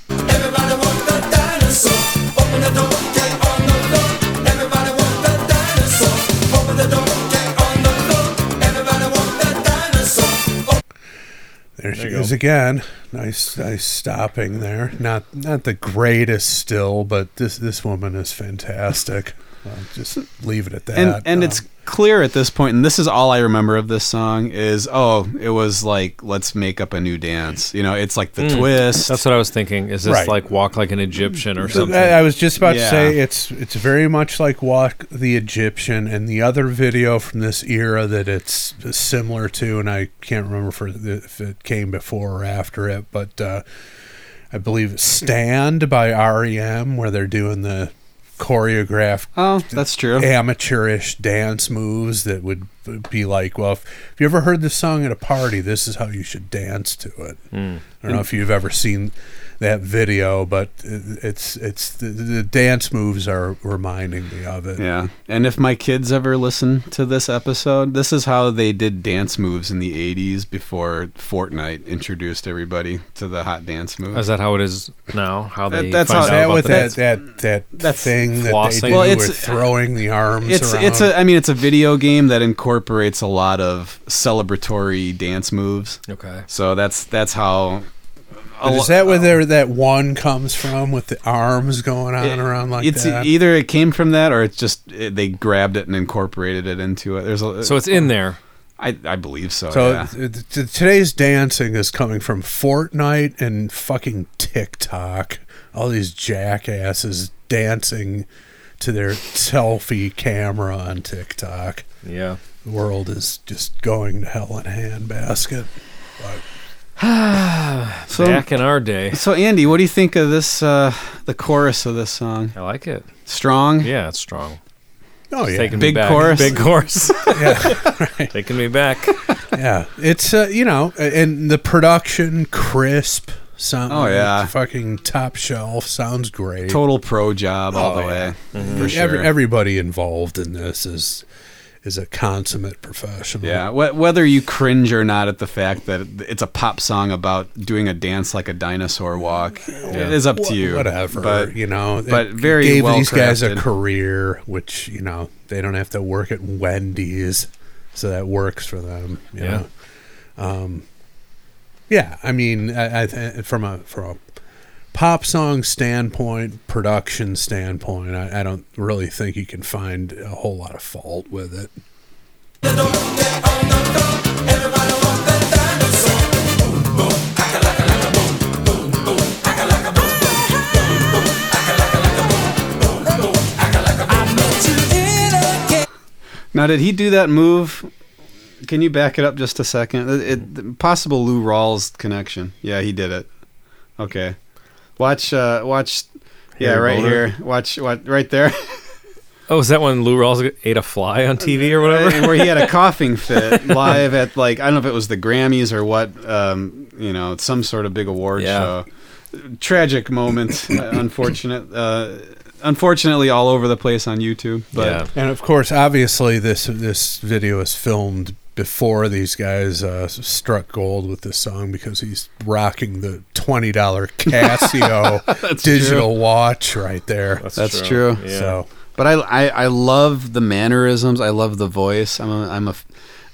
Everybody walked the dinosaur. Open the door, get on the floor. Everybody walked the dinosaur. Open the door, get on the floor. Everybody walked the dinosaur. There she you goes again. Nice, nice stopping there. Not, not the greatest still, but this this woman is fantastic. I'll just leave it at that. and and Um, it's clear at this point, and this is all I remember of this song is oh, it was like let's make up a new dance. You know, it's like the Mm. twist. That's what I was thinking. Is this Right. like Walk Like an Egyptian or something? I, I was just about Yeah. to say it's it's very much like Walk the Egyptian and the other video from this era that it's similar to, and I can't remember for the, if it came before or after it, but uh, I believe it's "Stand" by REM, where they're doing the choreographed oh, that's true. amateurish dance moves that would be like, well, if, if you ever heard this song at a party, this is how you should dance to it. Hmm. I don't know if you've ever seen that video, but it- it's it's the, the dance moves are reminding me of it. Yeah. And if my kids ever listen to this episode, this is how they did dance moves in the 80s before Fortnite introduced everybody to the hot dance moves. Is that how it is now? How That- they that's find how- out That about with the that dance? that that, That's thing that they flossing. do Well, it's- with throwing the arms it's around. it's a I mean it's a video game that incorporates a lot of celebratory dance moves. Okay. So that's that's how a Is lo- oh. that where there, that one comes from with the arms going on it- around like it's e, that? either it came from that or it's just it, they grabbed it and incorporated it into it. There's a So it's in there. I, I believe so. so Oh, yeah. th- th- today's dancing is coming from Fortnite and fucking TikTok. All these jackasses dancing to their selfie camera on TikTok. Yeah. The world is just going to hell in a handbasket. so Back in our day. so Andy, what do you think of this uh, the chorus of this song? I like it. Strong? Yeah, it's strong. Oh yeah, Taking me Big back. chorus. Big chorus. (laughs) (laughs) yeah. Taking me back. yeah. It's uh, you know, a- and the production crisp. Something Oh, yeah. fucking top shelf sounds great. Total pro job all Oh, the yeah. way. For sure. Every, everybody involved in this is is a consummate professional. Yeah, wh- whether you cringe or not at the fact that it's a pop song about doing a dance like a dinosaur walk, it is up Wha- to you. Whatever, But you know. it but very gave well these guys a crafted. career, which you know they don't have to work at Wendy's, so that works for them. You Yeah. Know? Um, yeah. I mean, I, I th- from a from a pop song standpoint, production standpoint, I, I don't really think you can find a whole lot of fault with it. now, did he do that move? Can you back it up just a second? It, it, possible Lou Rawls connection. Yeah, he did it. Okay, watch, uh, watch. Yeah, Harry right Boulder? here. Watch, what right there, (laughs) Oh, is that when Lou Rawls ate a fly on TV or whatever? (laughs) where he (laughs) had a coughing fit live at like I don't know if it was the Grammys or what. Um, you know, some sort of big award Yeah. show. tragic moment uh, unfortunate uh, unfortunately all over the place on youtube but And of course, obviously, this this video is filmed before these guys uh, struck gold with this song because he's rocking the twenty (laughs) dollar Casio digital watch right there. That's true. true. Yeah. So but I, I i love the mannerisms i love the voice i'm a, i'm a f-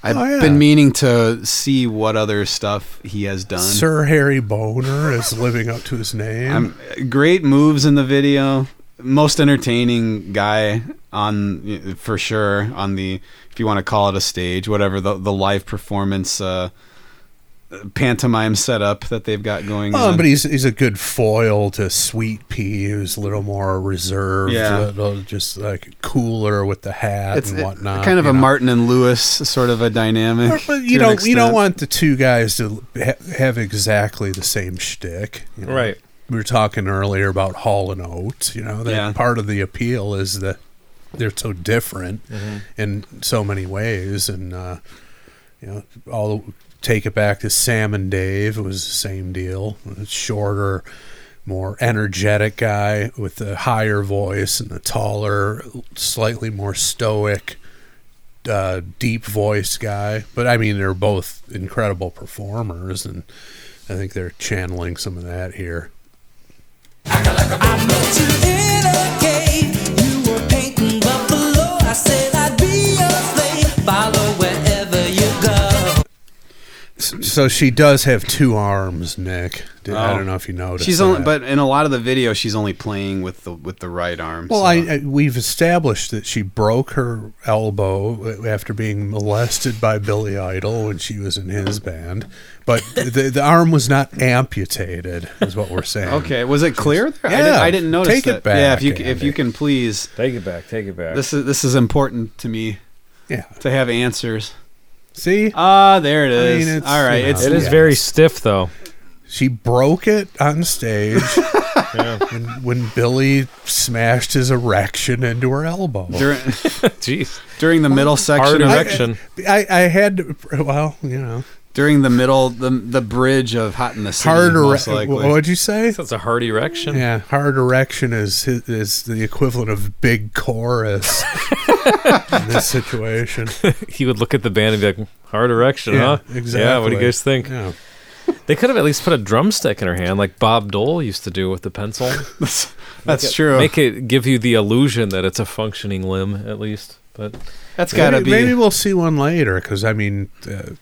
i've Oh, yeah. been meaning to see what other stuff he has done Sir Harry Boner is living up to his name. Um, great moves in the video most entertaining guy on for sure on the if you want to call it a stage whatever the the live performance uh pantomime setup that they've got going Oh, on but he's he's a good foil to Sweet Pea, who's a little more reserved, Yeah. little just like cooler with the hat it's and it- whatnot. kind of you a know? Martin and Lewis sort of a dynamic. But to you an don't you don't extent. want the two guys to ha- have exactly the same shtick, you know. Right. We were talking earlier about Hall and Oates. You know, that Yeah. part of the appeal is that they're so different in so many ways, and uh, you know, all the, take it back to Sam and Dave it was the same deal. Shorter, more energetic guy with a higher voice and a taller, slightly more stoic uh, deep voice guy. But I mean, they're both incredible performers, and I think they're channeling some of that here. S- So she does have two arms, Nick. Did- I Oh. don't know if you noticed. She's only, that. but in a lot of the video, she's only playing with the with the right arm. Well, so- I, I we've established that she broke her elbow after being molested by Billy Idol when she was in his band, (laughs) but the the arm was not amputated, is what we're saying. okay. Was it clear? There? I, didn't, Yeah, I didn't notice. take it that. Yeah, if back, you c- if Andy. you can please, Take it back. Take it back. this is this is important to me Yeah. to have answers. See, Ah, there it is. mean, it's, All right, you know. it's it is Yeah. very stiff, though. (laughs) she broke it on stage. when, when Billy smashed his erection into her elbow. (laughs) During, Jeez. during the middle Hard section, of- erection. I, I had to, well, you know, during the middle, the the bridge of Hot in the City, hard most erection. likely. What'd you say? That's a hard erection. Yeah, (laughs) hard erection is hi- is the equivalent of (laughs) big chorus in this situation. He would look at the band and be like, hard erection, Yeah, huh? Uh-huh. Yeah, what do exactly. you guys think? Yeah. They could have at least put a drumstick in her hand like Bob Dole used to do with the pencil. (laughs) that's that's true. Make it give you the illusion that it's a functioning limb, at least. But that's gotta maybe, be. Maybe we'll see one later because I mean, uh,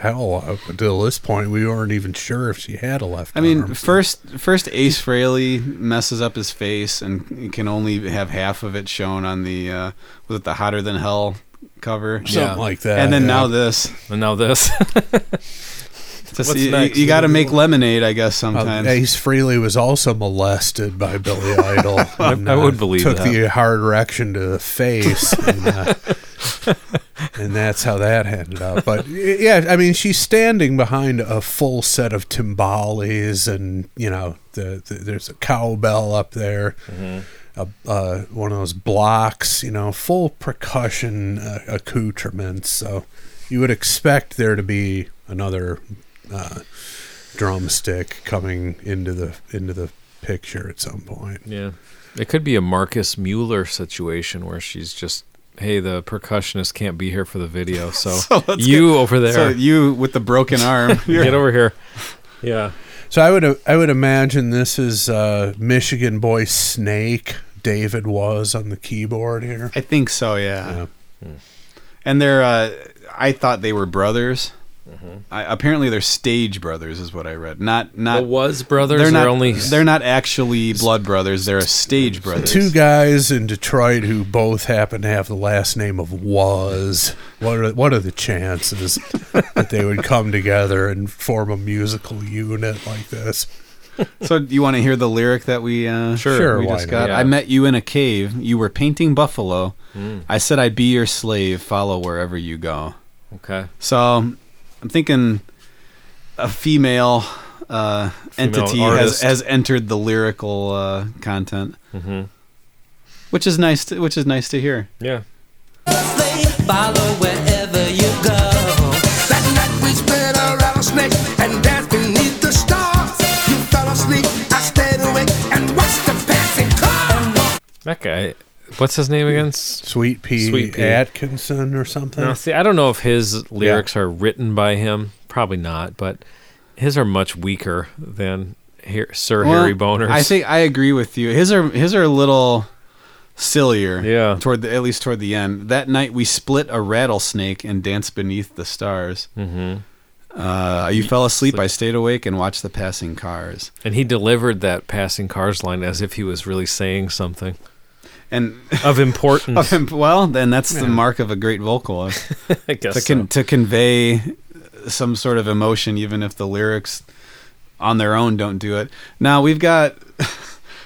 hell, up until this point, we weren't even sure if she had a left. I mean, arm. first first Ace Frehley messes up his face and can only have half of it shown on the uh, was it the Hotter Than Hell cover, Something like that, And then yeah. now this. and now this. (laughs) It's just- What's you next? got to make lemonade, I guess. Uh, Sometimes (laughs) Ace Frehley was also molested by Billy Idol. (laughs) and, I would believe took that. the hard erection to (laughs) the face, and, uh, and that's how that ended up. But y- yeah, I mean, she's standing behind a full set of timbales, and you know, the, the, there's a cowbell up there. Mm-hmm. A, uh, one of those blocks, you know, full percussion uh, accoutrements. So you would expect there to be another uh, drumstick coming into the into the picture at some point. yeah. It could be a Marcus Mueller situation where she's just, hey, the percussionist can't be here for the video. So, let's you get- over there, So you with the broken arm. (laughs) (laughs) get over here. Yeah. So I would I would imagine this is uh, Michigan boy Snake David was on the keyboard here. I think so. Yeah. Yeah. And they're. Uh, I thought they were brothers. Mm-hmm. I, apparently, they're stage brothers, is what I read. Not not. The Was brothers they're are not. only. they're not actually blood brothers. They're a stage brothers. Two guys in Detroit who both happen to have the last name of Was. What are what are (laughs) the chances that they would come together and form a musical unit like this? So do you want to hear the lyric that we uh, Sure. Sure, we why just not? Hmm. got? Yeah. I met you in a cave. You were painting buffalo. I said I'd be your slave. Follow wherever you go. Okay. So I'm thinking a female, uh, entity has, artist. Mm-hmm. has entered the lyrical uh, content, which is nice. To, which is nice to hear. Yeah. Follow wherever you go. That night we spread a rattlesnake and danced beneath the stars. You fell asleep, I stayed awake and watched the passing car. That guy. What's his name again? Sweet Pea, Sweet Pea. Atkinson or something. Now, see, I don't know if his lyrics are written by him. Probably not, but his are much weaker than Har- Sir Harry Well, Boner's. I think I agree with you. His are his are a little sillier. Yeah. Toward the at least toward the end. That night we split a rattlesnake and danced beneath the stars. Mm-hmm. Uh, you fell asleep. I stayed awake and watched the passing cars. and he delivered that passing cars line as if he was really saying something (laughs) And (laughs) of importance. well, then that's the mark of a great vocalist (laughs) I guess to con- to convey some sort of emotion, even if the lyrics on their own don't do it. Now we've got (laughs)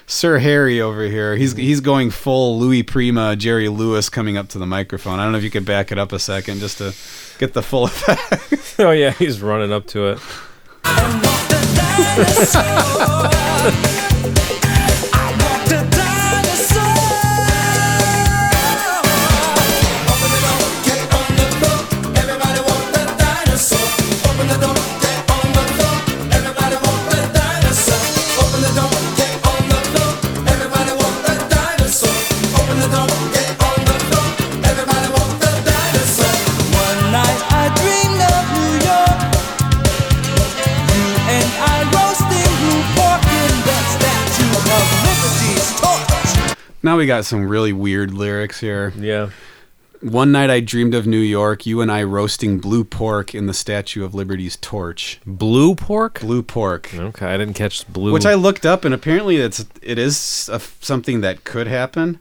Sir Harry over here. He's he's going full Louis Prima, Jerry Lewis coming up to the microphone. I don't know if you could back it up a second just to get the full (laughs) effect. so. (laughs) Oh yeah, he's running up to it. Now we got some really weird lyrics here. Yeah. One night I dreamed of New York, you and I roasting blue pork in the Statue of Liberty's torch. Blue pork. Blue pork. Okay, I didn't catch blue. which I looked up, and apparently it's it is a, something that could happen.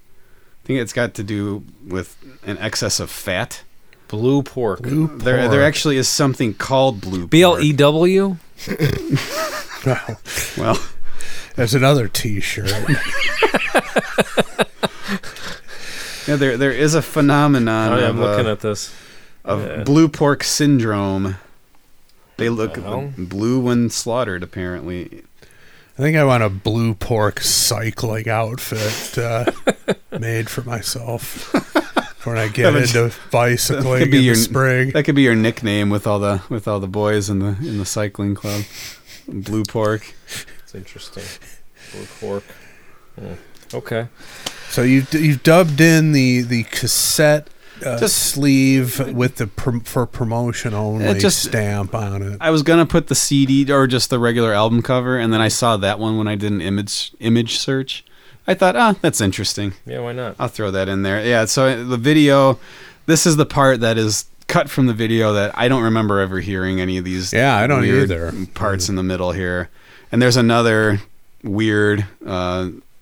I think it's got to do with an excess of fat. blue pork. There, there actually is something called blue. B L E W. pork. Well, (laughs) That's another T-shirt. yeah, there there is a phenomenon Oh, yeah, I'm of, uh, looking at this. of blue pork syndrome. They look hell? blue when slaughtered. Apparently, I think I want a blue pork cycling outfit (laughs) uh, made for myself when I get (laughs) That would- into bicycling in the spring. That could be your nickname with all the with all the boys in the in the cycling club. Blue pork. It's interesting. Blue pork. Yeah. Okay. So you've you've dubbed in the the cassette. Uh, Just- sleeve with the prom- for promotion only just- stamp on it. I was gonna put the CD or just the regular album cover, and then I saw that one when I did an image image search. I thought, ah, that's interesting. Yeah, why not? I'll throw that in there. Yeah. So the video, this is the part that is cut from the video that I don't remember ever hearing any of these. Yeah, I don't weird either. Mm. Parts in the middle here, and there's another weird uh,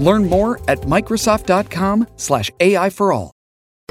Learn more at Microsoft.com/slash AI for all.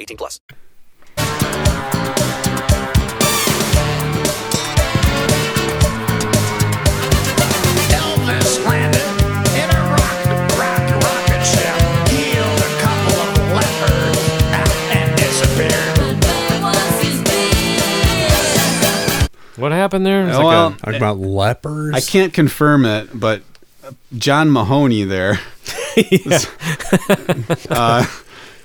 18 plus. Elvis landed in a rock, rock, rocket ship, healed a couple of leopards, and disappeared. What happened there? It's Oh, like a- well, Talking about lepers. I can't confirm it, but John Mahoney there uh,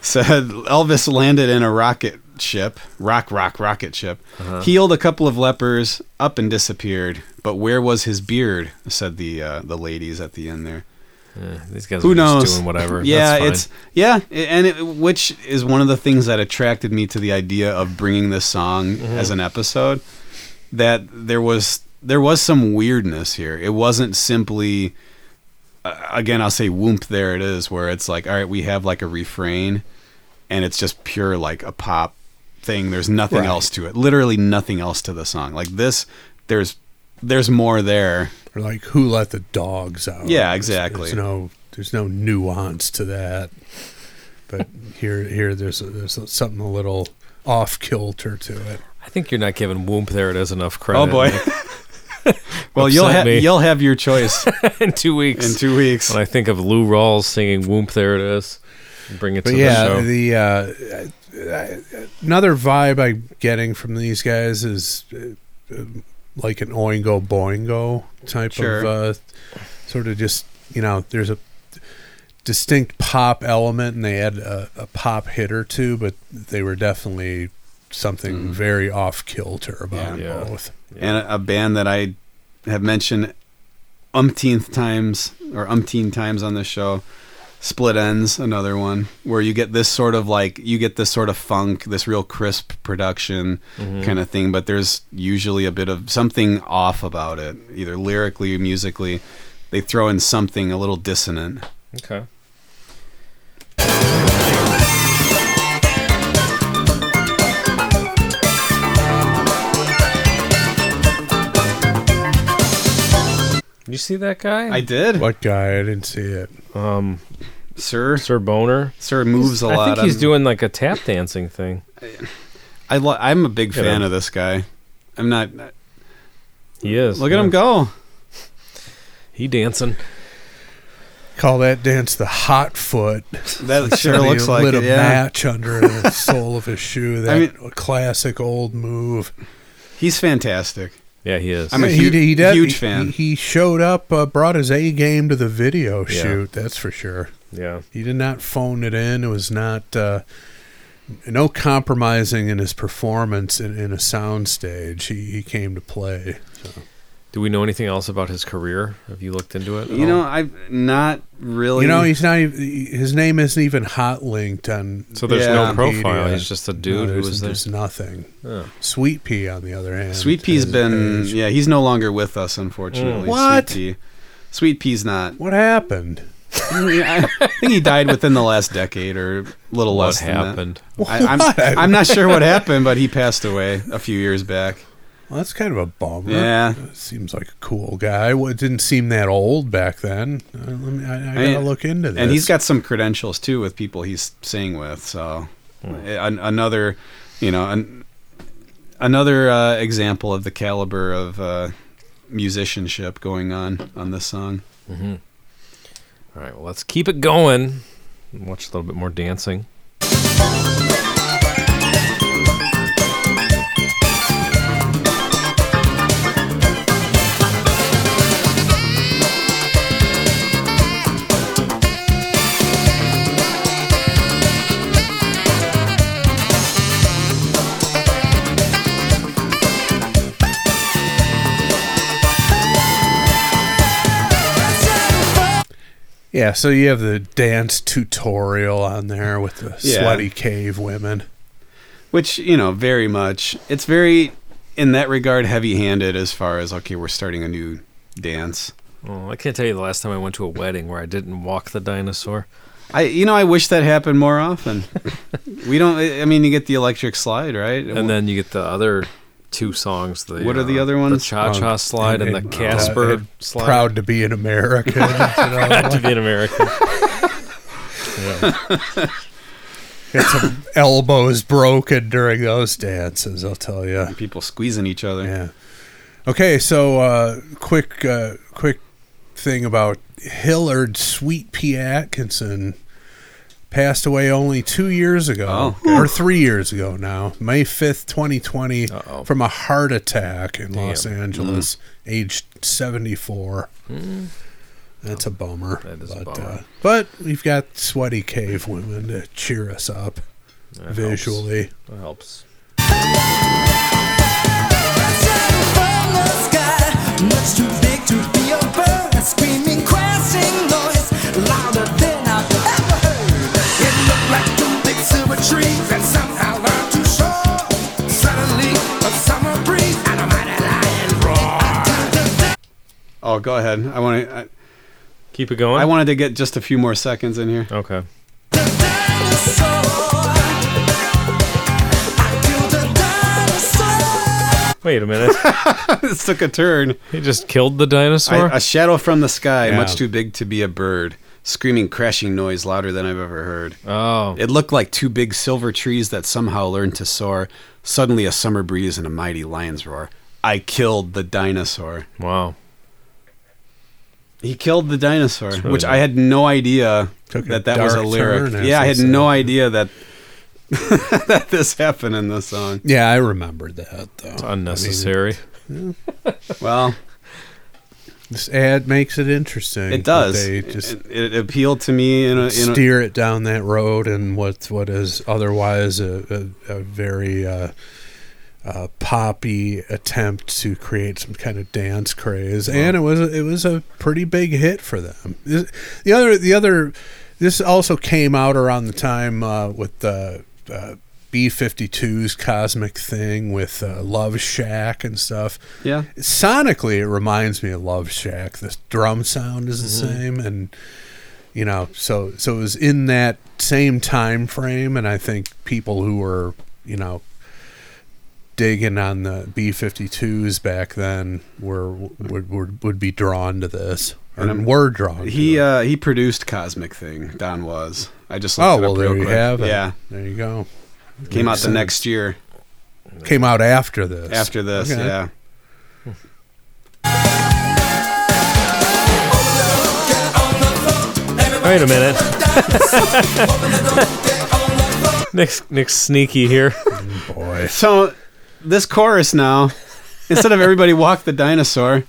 said Elvis landed in a rocket ship, rock, rock, rocket ship, healed a couple of lepers, up and disappeared. But where was his beard? Said the uh, the ladies at the end there. these guys um, Who are knows? just doing whatever. Yeah, That's fine. it's yeah, i- and it, which is one of the things that attracted me to the idea of bringing this song Mm-hmm. as an episode. That there was there was some weirdness here. It wasn't simply uh, again. I'll say whoomp. There it is, where it's like all right, we have like a refrain, and it's just pure like a pop thing. There's nothing Right. else to it. Literally nothing else to the song. Like this, there's there's more there. Or like who let the dogs out? Yeah, There's- exactly. There's no there's no nuance to that. But here here there's there's something a little off kilter to it. I think you're not giving Whoomp There It Is enough credit. Oh boy. (laughs) well, you'll Upset have me. you'll have (laughs) your choice. (laughs) in two weeks. in two weeks. When I think of Lou Rawls singing Whoomp There It Is, bring it But to yeah, the show. the uh, I- I- another vibe I'm getting from these guys is uh, uh, like an Oingo Boingo type of Sure. uh, sort of just you know there's a distinct pop element, and they had a, a pop hit or two, but they were definitely something very off kilter about Yeah. Yeah. both. and a, a band that I have mentioned umpteenth times or umpteen times on this show. Split Ends, another one, where you get this sort of like you get this sort of funk, this real crisp production Mm-hmm. kind of thing, but there's usually a bit of something off about it, either lyrically or musically. They throw in something a little dissonant. okay. You see that guy? I did, What guy? I didn't see it. um, sir. Sir Boner. Sir moves a lot. I think he's I'm- doing like a tap dancing thing. I lo- I'm a big You fan know. of this guy. I'm not. He is. Look at him yeah. go. He dancing. Call that dance the hot foot. That sure Somebody looks like lit it. a Yeah. match under the sole of his shoe. That (laughs) I classic old move. He's fantastic. Yeah, he is. I'm a he, hu- he did- huge he- fan. He, he showed up, uh, brought his A game to the video shoot. That's for sure. yeah. He did not phone it in. It was not uh, no compromising in his performance in, in a soundstage. He, he came to play. Do we know anything else about his career? Have you looked into it? at You all? know, I've not really. Oh. You know, he's not. Even, his name isn't even hot linked on. So there's no Wikipedia. profile. He's just a dude who there's- was there. Oh. There's nothing. Sweet Pea, on the other hand, Sweet Pea's has been. aged. Yeah, he's no longer with us, unfortunately. Mm. What? Sweet Pea. Sweet Pea's not. (laughs) What happened? I think he died within the last decade or a little What less than that. happened? I, (laughs) I'm, What? I'm not sure what happened, but he passed away a few years back. Well, that's kind of a bummer. Yeah. seems like a cool guy. Well, it didn't seem that old back then. Uh, let me, I, I gotta mean, look into this. And he's got some credentials too with people he's sang with. So an, another, you know, an, another uh, example of the caliber of uh, musicianship going on on this song. Mhm. All right, well, let's keep it going. Watch a little bit more dancing. yeah. So you have the dance tutorial on there with the Yeah. sweaty cave women. which you know very much it's very in that regard heavy-handed as far as okay we're starting a new dance Oh, I can't tell you the last time I went to a wedding where I didn't walk the dinosaur. i you know i wish that happened more often we don't i I mean you get the electric slide right And then you get the other two songs. The, What are the uh, other ones? The Cha Cha Um, slide and, the Casper slide. uh, Proud to be an American. (laughs) Proud (laughs) to be an American. Yeah. Got some elbows broken during those dances, I'll tell you. people squeezing each other yeah Okay, so uh, quick, uh, quick thing about Hillard Sweet P. Atkinson passed away only two years ago, Oh. Hmm. or three years ago now, May fifth, twenty twenty, from a heart attack in Los Damn. Hmm. Angeles, aged seventy four. Mm. That's a bummer. That is but, a bummer. Uh, but we've got sweaty cave women to cheer us up That visually. helps. That helps. Much too big to be a bird, a screaming, crashing noise, louder than I've ever heard. It looked like two big silver trees that somehow are too short. Suddenly, a summer breeze and a mighty lion roar. oh go ahead i want to keep it going i wanted to get just a few more seconds in here okay Wait a (laughs) minute. this took a turn. He just killed the dinosaur? I, a shadow from the sky, Yeah. much too big to be a bird, screaming, crashing noise louder than I've ever heard. Oh. It looked like two big silver trees that somehow learned to soar. Suddenly, a summer breeze and a mighty lion's roar. I killed the dinosaur. Wow. He killed the dinosaur, really which I nice. had no idea Took a that that was a dark lyric. turn, as Yeah, I they had say. no idea that (laughs) that this happened in this song. Yeah, I remembered that though. It's unnecessary. Well, This ad makes it interesting. it does. They It, just it appealed to me in a, in a steer it down that road, and what what is otherwise a, a, a very uh, uh, poppy attempt to create some kind of dance craze, and it was it was a pretty big hit for them. This- The other the other this also came out around the time uh, with the. Uh, B52's cosmic thing with uh, Love Shack and stuff. Yeah. Sonically, it reminds me of Love Shack. The drum sound is the Mm-hmm. same, and you know, so so it was in that same time frame, and I think people who were you know digging on the B52s back then were would would, would be drawn to this, or And I'm- were drawn. to He uh, he produced Cosmic Thing. Don was. I just looked Oh it well, up there real you quick. have it. Yeah, there you go. came out Makes the sense. next year Came out after this. after this. Okay. Yeah. Wait a minute. (laughs) Nick's, Nick's sneaky (laughs) here. boy. So this chorus now, instead of everybody (laughs) walk the dinosaur,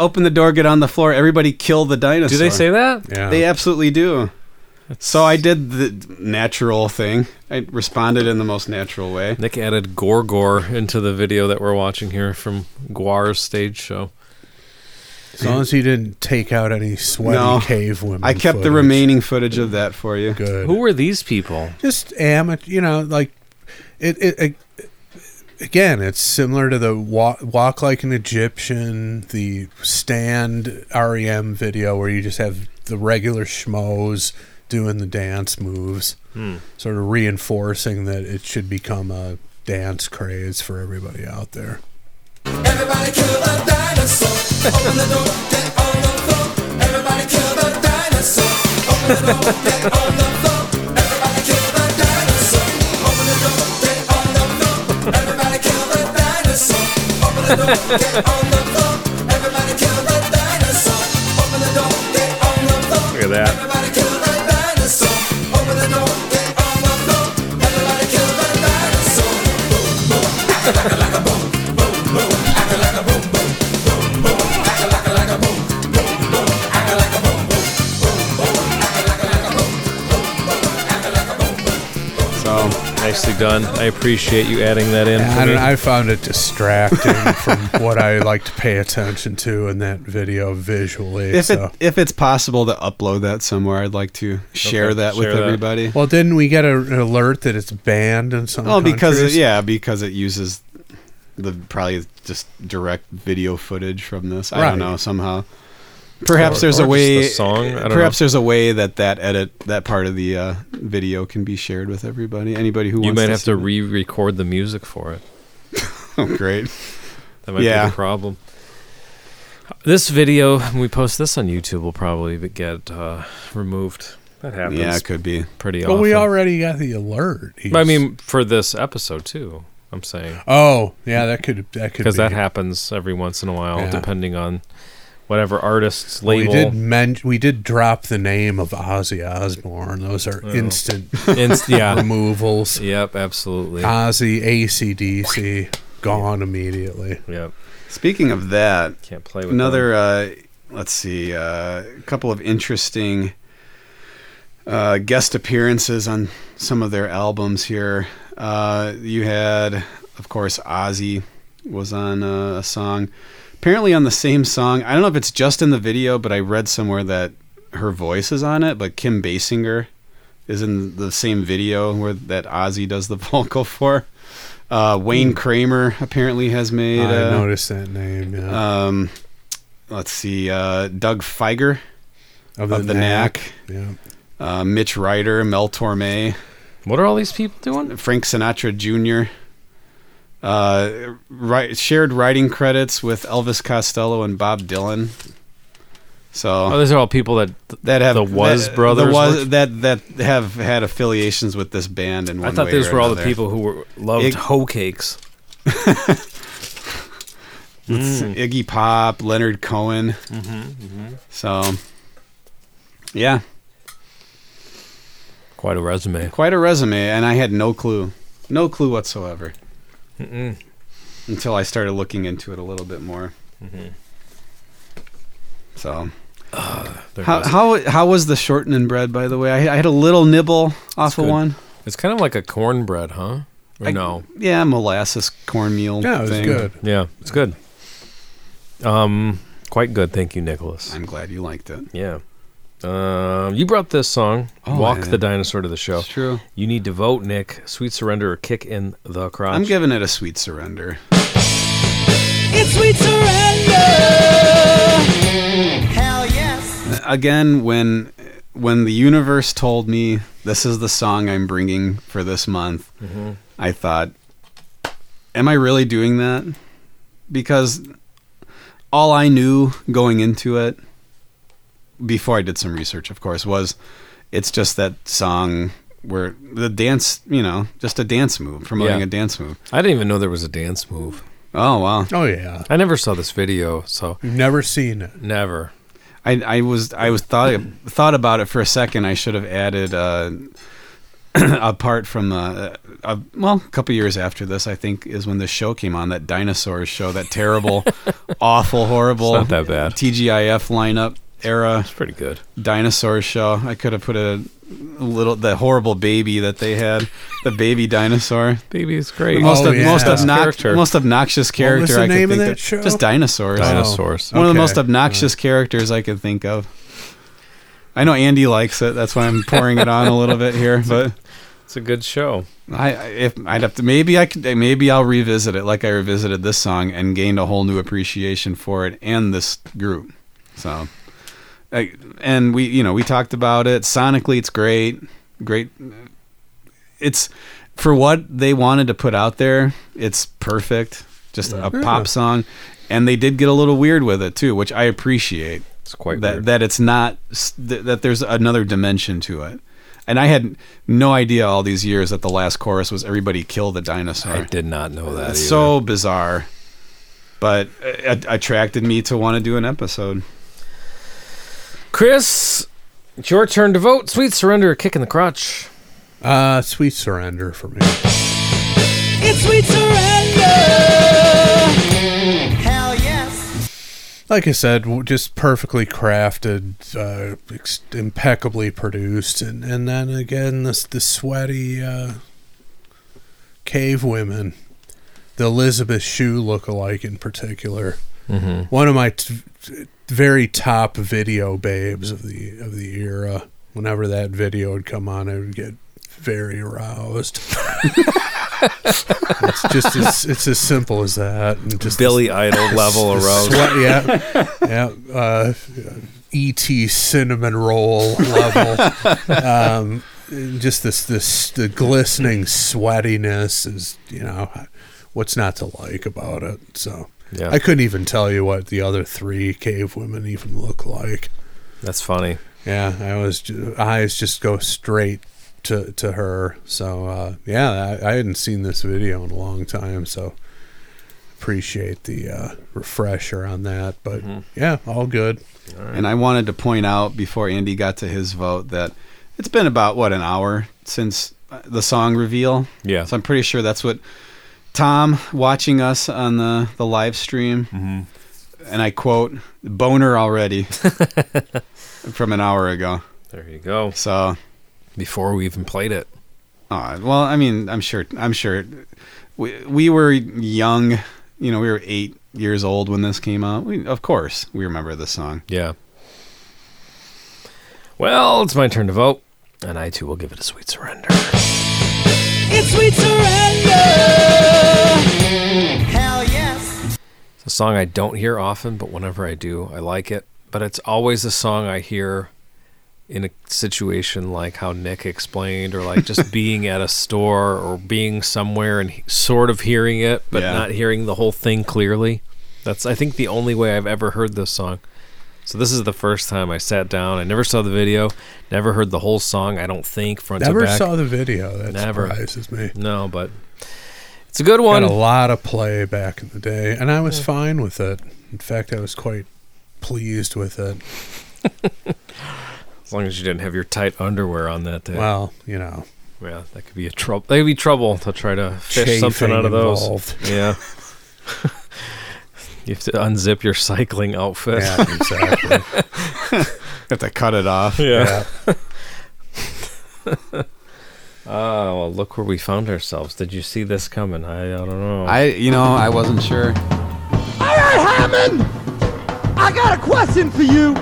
open the door, get on the floor, everybody kill the dinosaur. Do they say that? Yeah. They absolutely do. So I did the natural thing. I responded in the most natural way. Nick added Gorgor into the video that we're watching here from Guar's stage show. As long as you didn't take out any sweaty No. cave women. I kept the footage. remaining footage of that for you. Good. Who were these people? just amateur you know like it, it, it again it's similar to the walk, walk like an egyptian the stand rem video where you just have the regular schmoes doing the dance moves Hmm. sort of reinforcing that it should become a dance craze for everybody out there Everybody kill a dinosaur. Open the door, get on the floor. Everybody kill a dinosaur. Open the door, get on the floor. Everybody kill a dinosaur. Open the door, get on the floor. Everybody kill a dinosaur. Open the door, get on the floor. Everybody kill a dinosaur. Open the door, get on the floor. Look at that. Everybody kill a dinosaur. Open the door, get on the floor. Everybody kill a dinosaur. Boom, boom, act like a boom, boom, boom, act like a boom, boom, boom, boom, act like a like a boom, boom, boom, act like a boom, boom, boom, boom, act like a like a boom, boom, boom, act like a boom, boom. So nicely done. I appreciate you adding that in. And for I, me. don't, I found it distracting from what i like to pay attention to in that video visually If so. it if it's possible to upload that somewhere, I'd like to share Okay, that share with that. everybody. Well, didn't we get a, an alert that it's banned in some? Well, Oh, because it, countries? yeah, because it uses the probably just direct video footage from this. I Right. don't know somehow. Perhaps Or- there's or a just way. the song, I don't perhaps know. there's a way that that edit that part of the uh, video can be shared with everybody. Anybody who you wants might to have see to re-record the music for it. (laughs) oh, great. That might Yeah. be the problem. This video, when we post this on YouTube, will probably be- get uh, removed. That happens. Yeah, it could be. pretty But often. we already got the alert. But I mean, for this episode too. I'm saying. Oh, yeah, that could that could because that be. happens every once in a while, Yeah. depending on whatever artist's we label. did men- we did drop the name of Ozzy Osbourne. Those are Oh. (laughs) instant Inst- yeah. removals. Yep, absolutely. Uh, Ozzy ACDC gone immediately. Yep. Speaking of that, Can't play with another. Uh, let's see, uh, a couple of interesting uh, guest appearances on some of their albums here. Uh, you had, of course, Ozzy was on uh, a song. Apparently, on the same song. I don't know if it's just in the video, but I read somewhere that her voice is on it. But Kim Basinger is in the same video where that Ozzy does the (laughs) vocal for. Uh, Wayne Kramer apparently has made. I uh, noticed that name. Yeah. um, let's see, uh, Doug Feiger Of of the the, Knack. Knack, yeah. uh, Mitch Ryder, Mel Torme, What are all these people doing? (laughs) Frank Sinatra Jr. Uh, ri- shared writing credits with Elvis Costello and Bob Dylan. So Oh, these are all people that that have the Was that, brothers. the worked- was, that that have had affiliations with this band. And I thought these were all the people who were loved Ig- hoe cakes. Hmm. Iggy Pop, Leonard Cohen. Mm-hmm, So, yeah, Quite a resume. quite a resume, and I had no clue, no clue whatsoever, Mm-mm. until I started looking into it a little bit more. So, They're how, awesome. how how was the shortening bread? By the way, I, I had a little nibble off of good. one. It's kind of like a cornbread, huh? Or I- no. Yeah, molasses cornmeal. Yeah, it was thing. good. Yeah, it's good. Um, quite good. Thank you, Nicholas. I'm glad you liked it. Yeah. Um, you brought this song, Oh, "Walk I- the Dinosaur" to the show. It's true. You need to vote, Nick. Sweet surrender or kick in the crotch. I'm giving it a sweet surrender. It's sweet surrender. Hell yes. Again, when when the universe told me this is the song I'm bringing for this month, I thought, am I really doing that? Because all I knew going into it, before I did some research, of course, was it's just that song where the dance, you know, just a dance move, promoting Yeah. a dance move. I didn't even know there was a dance move. Oh wow! Oh yeah. I never saw this video, so You've never seen it. never. I, I was I was thought thought about it for a second. I should have added uh, (clears throat) apart from uh, a, well, a couple years after this, I think is when this show came on that dinosaurs show, that terrible, awful, horrible It's not that bad. TGIF lineup. era. It's pretty good. Dinosaur show. I could have put a little the horrible baby that they had. The baby dinosaur. Baby is great. The most Oh, ob- most, yeah. obnoc- Character. most obnoxious What was character the I name could of think that of. show? Just dinosaurs. Dinosaurs. One of the Okay. most obnoxious characters I could think of. I know Andy likes it. That's why I'm pouring it on a little bit here, but it's a good show. I I- if I'd have to maybe I could maybe I'll revisit it like I revisited this song and gained a whole new appreciation for it and this group. So, I, and we you know we talked about it sonically. It's great, great. It's for what they wanted to put out there. It's perfect. Just a Yeah. pop song, and they did get a little weird with it too, which I appreciate. It's quite that weird. that it's not s- th- that there's another dimension to it. And I had no idea all these years that the last chorus was everybody kill the dinosaur. I did not know that. It's either. so bizarre, but uh, it, it attracted me to want to do an episode. Chris, it's your turn to vote. Sweet surrender, kick in the crotch. Uh, sweet surrender for me. It's sweet surrender. Hell yes. Like I said, w- just perfectly crafted, uh, ex- impeccably produced, and, and then again the the sweaty uh, cave women, the Elizabeth Shue lookalike in particular. Mhm. One of my t- t- very top video babes of the of the era. Whenever that video would come on, I would get very aroused. (laughs) it's just as, it's as simple as that. And just Billy Idol (laughs) level aroused. Sweat, yeah, yeah. Uh, E.T. cinnamon roll level. um, just this this the glistening sweatiness is you know what's not to like about it. So Yeah. I couldn't even tell you what the other three cave women even look like. That's funny. Yeah, I was ju- eyes just go straight to to her. So uh, yeah, I, I hadn't seen this video in a long time, so appreciate the uh, refresher on that. But Mm-hmm. yeah, all good. And I wanted to point out before Andy got to his vote that it's been about what an hour since uh, the song reveal. Yeah. So I'm pretty sure that's what Tom watching us on the the live stream. And I quote boner already from an hour ago. There you go. So before we even played it. Uh, well, I mean, I'm sure I'm sure we we were young, you know, we were 8 years old when this came out. We of course, we remember this song. Yeah. Well, it's my turn to vote, and I too will give it a sweet surrender. It's sweet surrender. Hell yes. It's a song I don't hear often, but whenever I do, I like it. But it's always a song I hear in a situation like how Nick explained, or like just being at a store or being somewhere and he- sort of hearing it, but Yeah. not hearing the whole thing clearly. That's, I think, the only way I've ever heard this song. So this is the first time I sat down. I never saw the video, never heard the whole song. I don't think front to Never back. saw the video. That Never. surprises me. No, but it's a good one. Got a lot of play back in the day, and I was fine with it. In fact, I was quite pleased with it. As long as you didn't have your tight underwear on that day. Well, (laughs) you know. Yeah, that could be a trouble. That would be trouble to try to fish something Chafing out of those. involved. (laughs) Yeah. you have to unzip your cycling outfit. Yeah, exactly. have to cut it (laughs) off. Yeah. Ah, well, look where we found ourselves. Did you see this coming? I, I don't know. I you know, I wasn't sure. All right, Hammond. I got a question for you.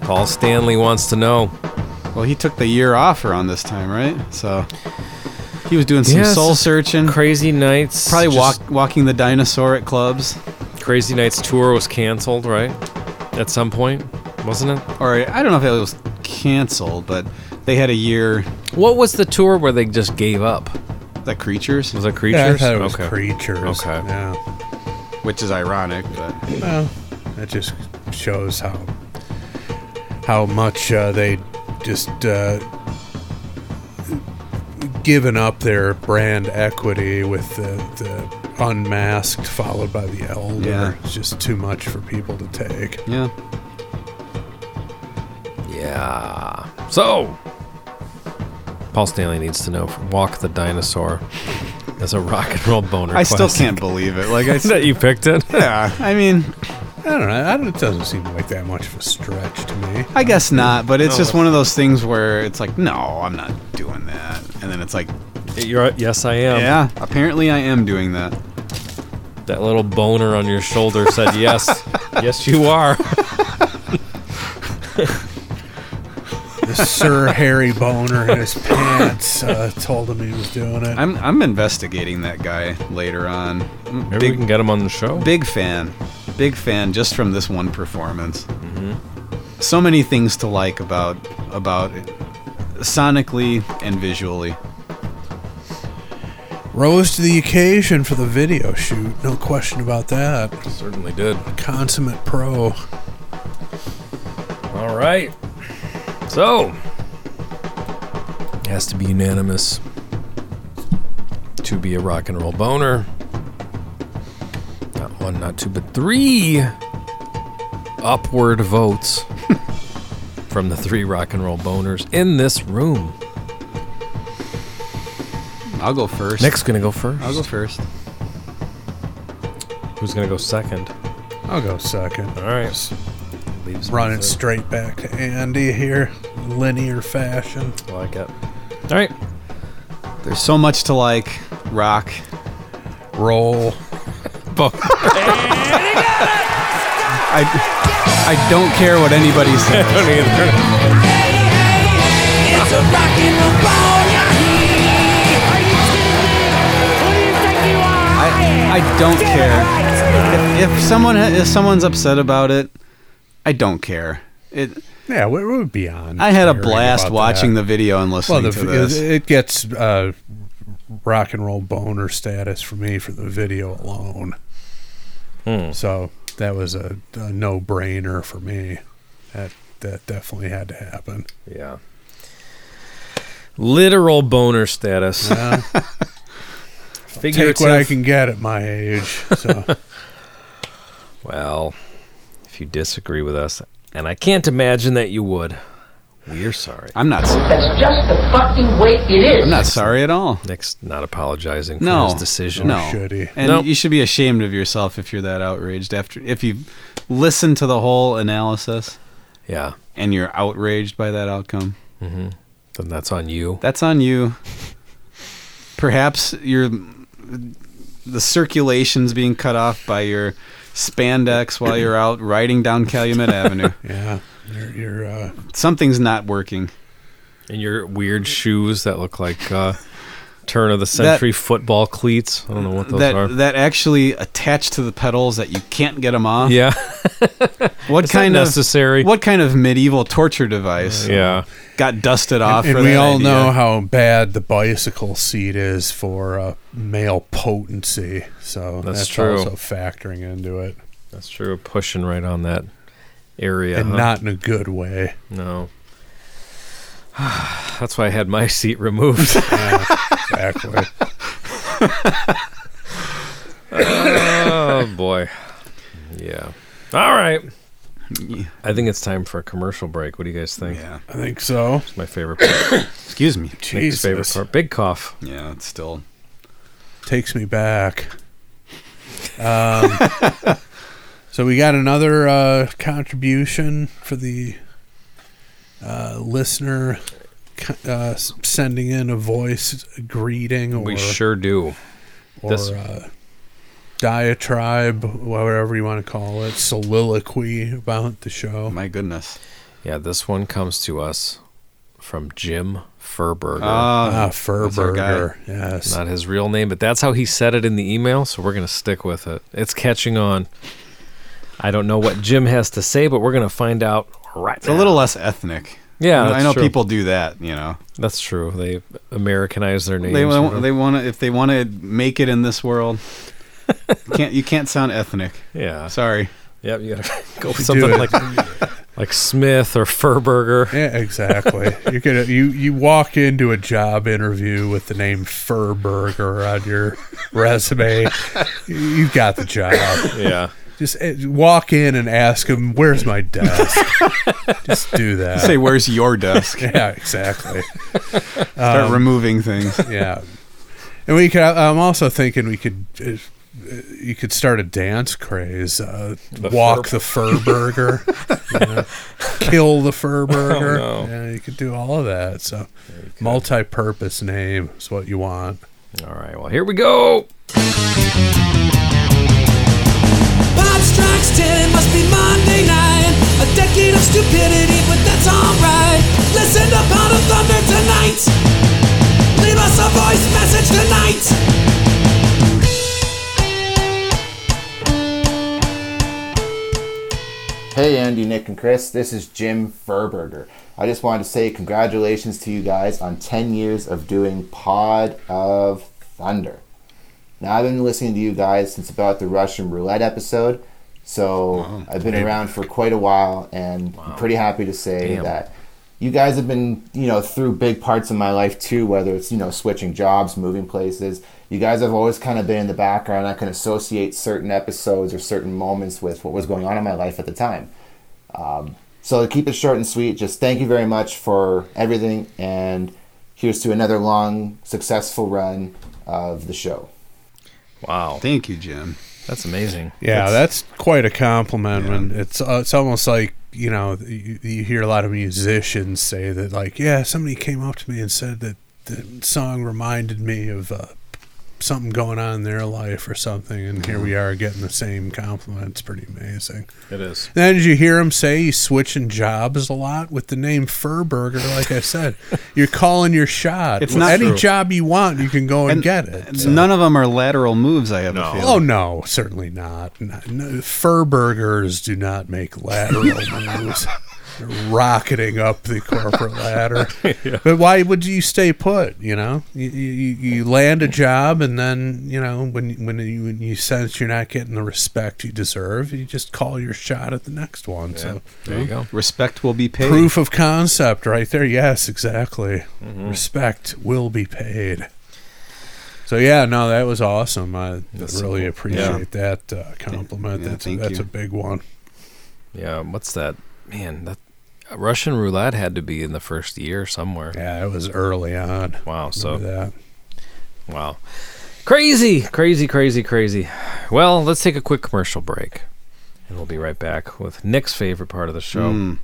Paul Stanley wants to know. Well, he took the year off around this time, right? So he was doing some Yes. soul searching, crazy nights, probably just- walk, walking the dinosaur at clubs. Crazy Nights tour was canceled, right? At some point, wasn't it? Or I don't know if it was canceled, but they had a year. What was the tour where they just gave up? The creatures was that creatures? Yeah, (laughs) I thought it was okay. creatures. Okay. Yeah. which is ironic, but Well, that just shows how how much uh, they just uh, given up their brand equity with the, the unmasked followed by the elder. Yeah. It's just too much for people to take. yeah. Yeah. So, Paul Stanley needs to know from Walk the Dinosaur as a rock and roll boner. I still classic. (laughs) (laughs) can't believe it. Like I, that you picked it. yeah, I mean, I don't know. I don't, it doesn't seem like that much of a stretch to me. I guess not, but it's No. just one of those things where it's like, no, I'm not doing that. And then it's like, (laughs) You're yes, I am. Yeah, apparently I am doing that. That little boner on your shoulder said (laughs) yes. yes, you are. (laughs) Sir Harry Boner in his pants uh, told him he was doing it. I'm I'm investigating that guy later on. Maybe we can get him on the show. Big fan, big fan, just from this one performance. So many things to like about about it, sonically and visually. Rose to the occasion for the video shoot, no question about that. Certainly did. Consummate pro. All right. So, has to be unanimous to be a rock and roll boner. Not one, not two, but three upward votes (laughs) from the three rock and roll boners in this room. I'll go first. Nick's gonna go first. I'll go first. Who's gonna go second? I'll go second. All right. Run it straight back to Andy here, linear fashion. like it. All right. There's so much to like. Rock, roll, both. I I don't care (laughs) what anybody says. It's a rock and roll boner. I, I don't care. If, if someone ha- if someone's upset about it, I don't care. It Yeah, we would be on. I had a blast watching the video and listening well, the, to this. It, it gets uh, rock and roll boner status for me for the video alone. So that was a, a no brainer for me. That that definitely had to happen. Yeah. Literal boner status. (laughs) Take what I can get at my age. So Well, if you disagree with us, and I can't imagine that you would, we're sorry. I'm not sorry. That's just the fucking way it is. I'm not sorry at all. Nick's not apologizing for No his decision. No, and Nope. you should be ashamed of yourself if you're that outraged after if you listen to the whole analysis. Yeah, and you're outraged by that outcome. Mm-hmm. Then that's on you. That's on you. Perhaps your the circulation's being cut off by your spandex while you're out riding down (laughs) Calumet Avenue. Yeah, you're, you're uh, something's not working. And your weird shoes that look like uh, turn of the century football cleats. I don't know what those that are. that actually attach to the pedals that you can't get them off. Yeah. (laughs) what It's not kind of necessary? What kind of medieval torture device? Yeah. Got dusted off. and for we that all idea? know how bad the bicycle seat is for uh, male potency. So That's that's, true. also factoring into it. That's true. Pushing right on that area. And huh? not in a good way. No. (sighs) That's why I had my seat (laughs) removed. (laughs) exactly. oh boy. Yeah. All right. I think it's time for a commercial break. What do you guys think? Yeah. I think so. It's my favorite part. Excuse me. Nick's favorite Jesus. part. Big cough. Yeah, it's still takes me back. Um, (laughs) so we got another uh, contribution for the uh, listener co- uh, s- sending in a voice greeting or we sure do. or This- uh, diatribe, whatever you want to call it, soliloquy about the show. My goodness. Yeah, this one comes to us from Jim Furberger. Ah, That's our Furberger, guy. yes. Not his real name, but that's how he said it in the email, so we're going to stick with it. It's catching on. I don't know what Jim has to say, but we're going to find out right It's a little less ethnic. Yeah, I know- I that's know true. people do that. You know, That's true. They Americanize their names. they want they want to if they want to make it in (laughs) this world. can't you can't sound ethnic? Yeah. sorry. Yep, you gotta (laughs) go with should something do like it. like Smith or Furburger. Yeah, (laughs) Eh, exactly. You're gonna you you walk into a job interview with the name Furburger on your resume. You- You've got the job. Yeah. Just eh, walk in and ask him, "Where's my desk?" Just do that. Say, "Where's your (laughs) desk?" yeah, exactly. Um, Start removing things. Yeah, and we could. I'm also thinking we could uh, you could start a dance craze. Uh, walk the fur Oh, burger, (laughs) you know, kill the fur burger. no. Yeah, you could do all of that. So, multi-purpose name is what you want. All right. Well, here we go. Bob Straxton must be Monday night. A decade of stupidity, but that's alright. Listen to Pound of Thunder tonight. Leave us a voice message tonight. Hey, Andy, Nick, and Chris. This is Jim Furberger. I just wanted to say congratulations to you guys on 10 years of doing Pod of Thunder. Now, I've been listening to you guys since about the Russian roulette episode, so I've been Way around for quite a while, and I'm pretty happy to say Damn. that you guys have been, you know, through big parts of my life too, whether it's, you know, switching jobs, moving places. You guys have always kind of been in the background. I can associate certain episodes or certain moments with what was going on in my life at the time. Um, so to keep it short and sweet, just thank you very much for everything, and here's to another long, successful run of the show. Wow. Thank you, Jim. That's amazing. Yeah, that's, quite a compliment. When it's uh, it's almost like you know you, you hear a lot of musicians say that like yeah somebody came up to me and said that the song reminded me of uh, something going on in their life or something, and Mm-hmm. here we are getting the same compliment. It's pretty amazing. It is. Then did you hear him say he's switching jobs a lot with the name Furburger? Like I (laughs) said, you're calling your shot. It's not any true. job you want, you can go and, get it. uh, so. None of them are lateral moves. I have a feeling. Oh no, certainly not. not no, fur burgers do not make lateral moves. They're rocketing up the corporate ladder. But why would you stay put? You know, you, you, you land a job, and then you know when when you, when you sense you're not getting the respect you deserve, you just call your shot at the next one. so There you go. Respect will be paid. Proof of concept, right there. Yes, exactly. Mhm. Respect will be paid. So yeah, no, that was awesome. I That's really cool. appreciate that uh, compliment. Yeah, that's thank that's a you. big one. Yeah. What's that? Man, that uh, Russian roulette had to be in the first year somewhere. Yeah, it was early on. Wow. So. that. Wow. Crazy, crazy, crazy, crazy. Well, let's take a quick commercial break, and we'll be right back with Nick's favorite part of the show. Mm. Hmm.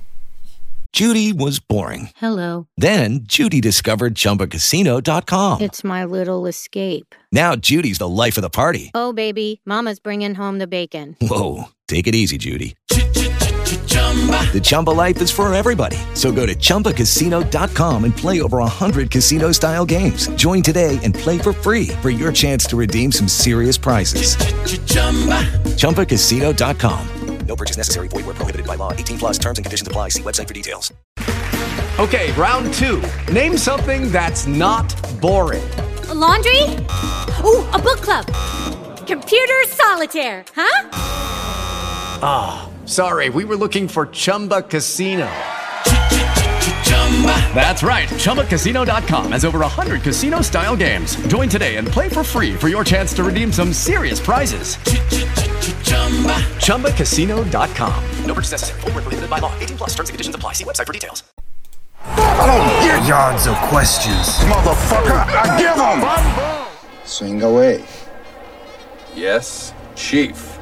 Judy was boring. Hello. Then Judy discovered ChumbaCasino.com. It's my little escape. Now Judy's the life of the party. Oh, baby, Mama's bringing home the bacon. Whoa, take it easy, Judy. The Chumba life is for everybody. So go to ChumbaCasino.com and play over 100 casino style games. Join today and play for free for your chance to redeem some serious prizes. ChumbaCasino.com. No purchase necessary. Void where prohibited by law. 18 plus terms and conditions apply. See website for details. Okay, round two. Name something that's not boring. laundry? Ooh, a book club. Computer solitaire, huh? Ah, sorry, we were looking for Chumba Casino. That's right, ChumbaCasino.com has over 100 casino style games. Join today and play for free for your chance to redeem some serious prizes. ChumbaCasino.com. No purchase necessary. Void where prohibited by law. 18 plus terms and conditions apply. See website for details. I don't get yards of questions. Motherfucker, I give them! Swing away. Yes, Chief.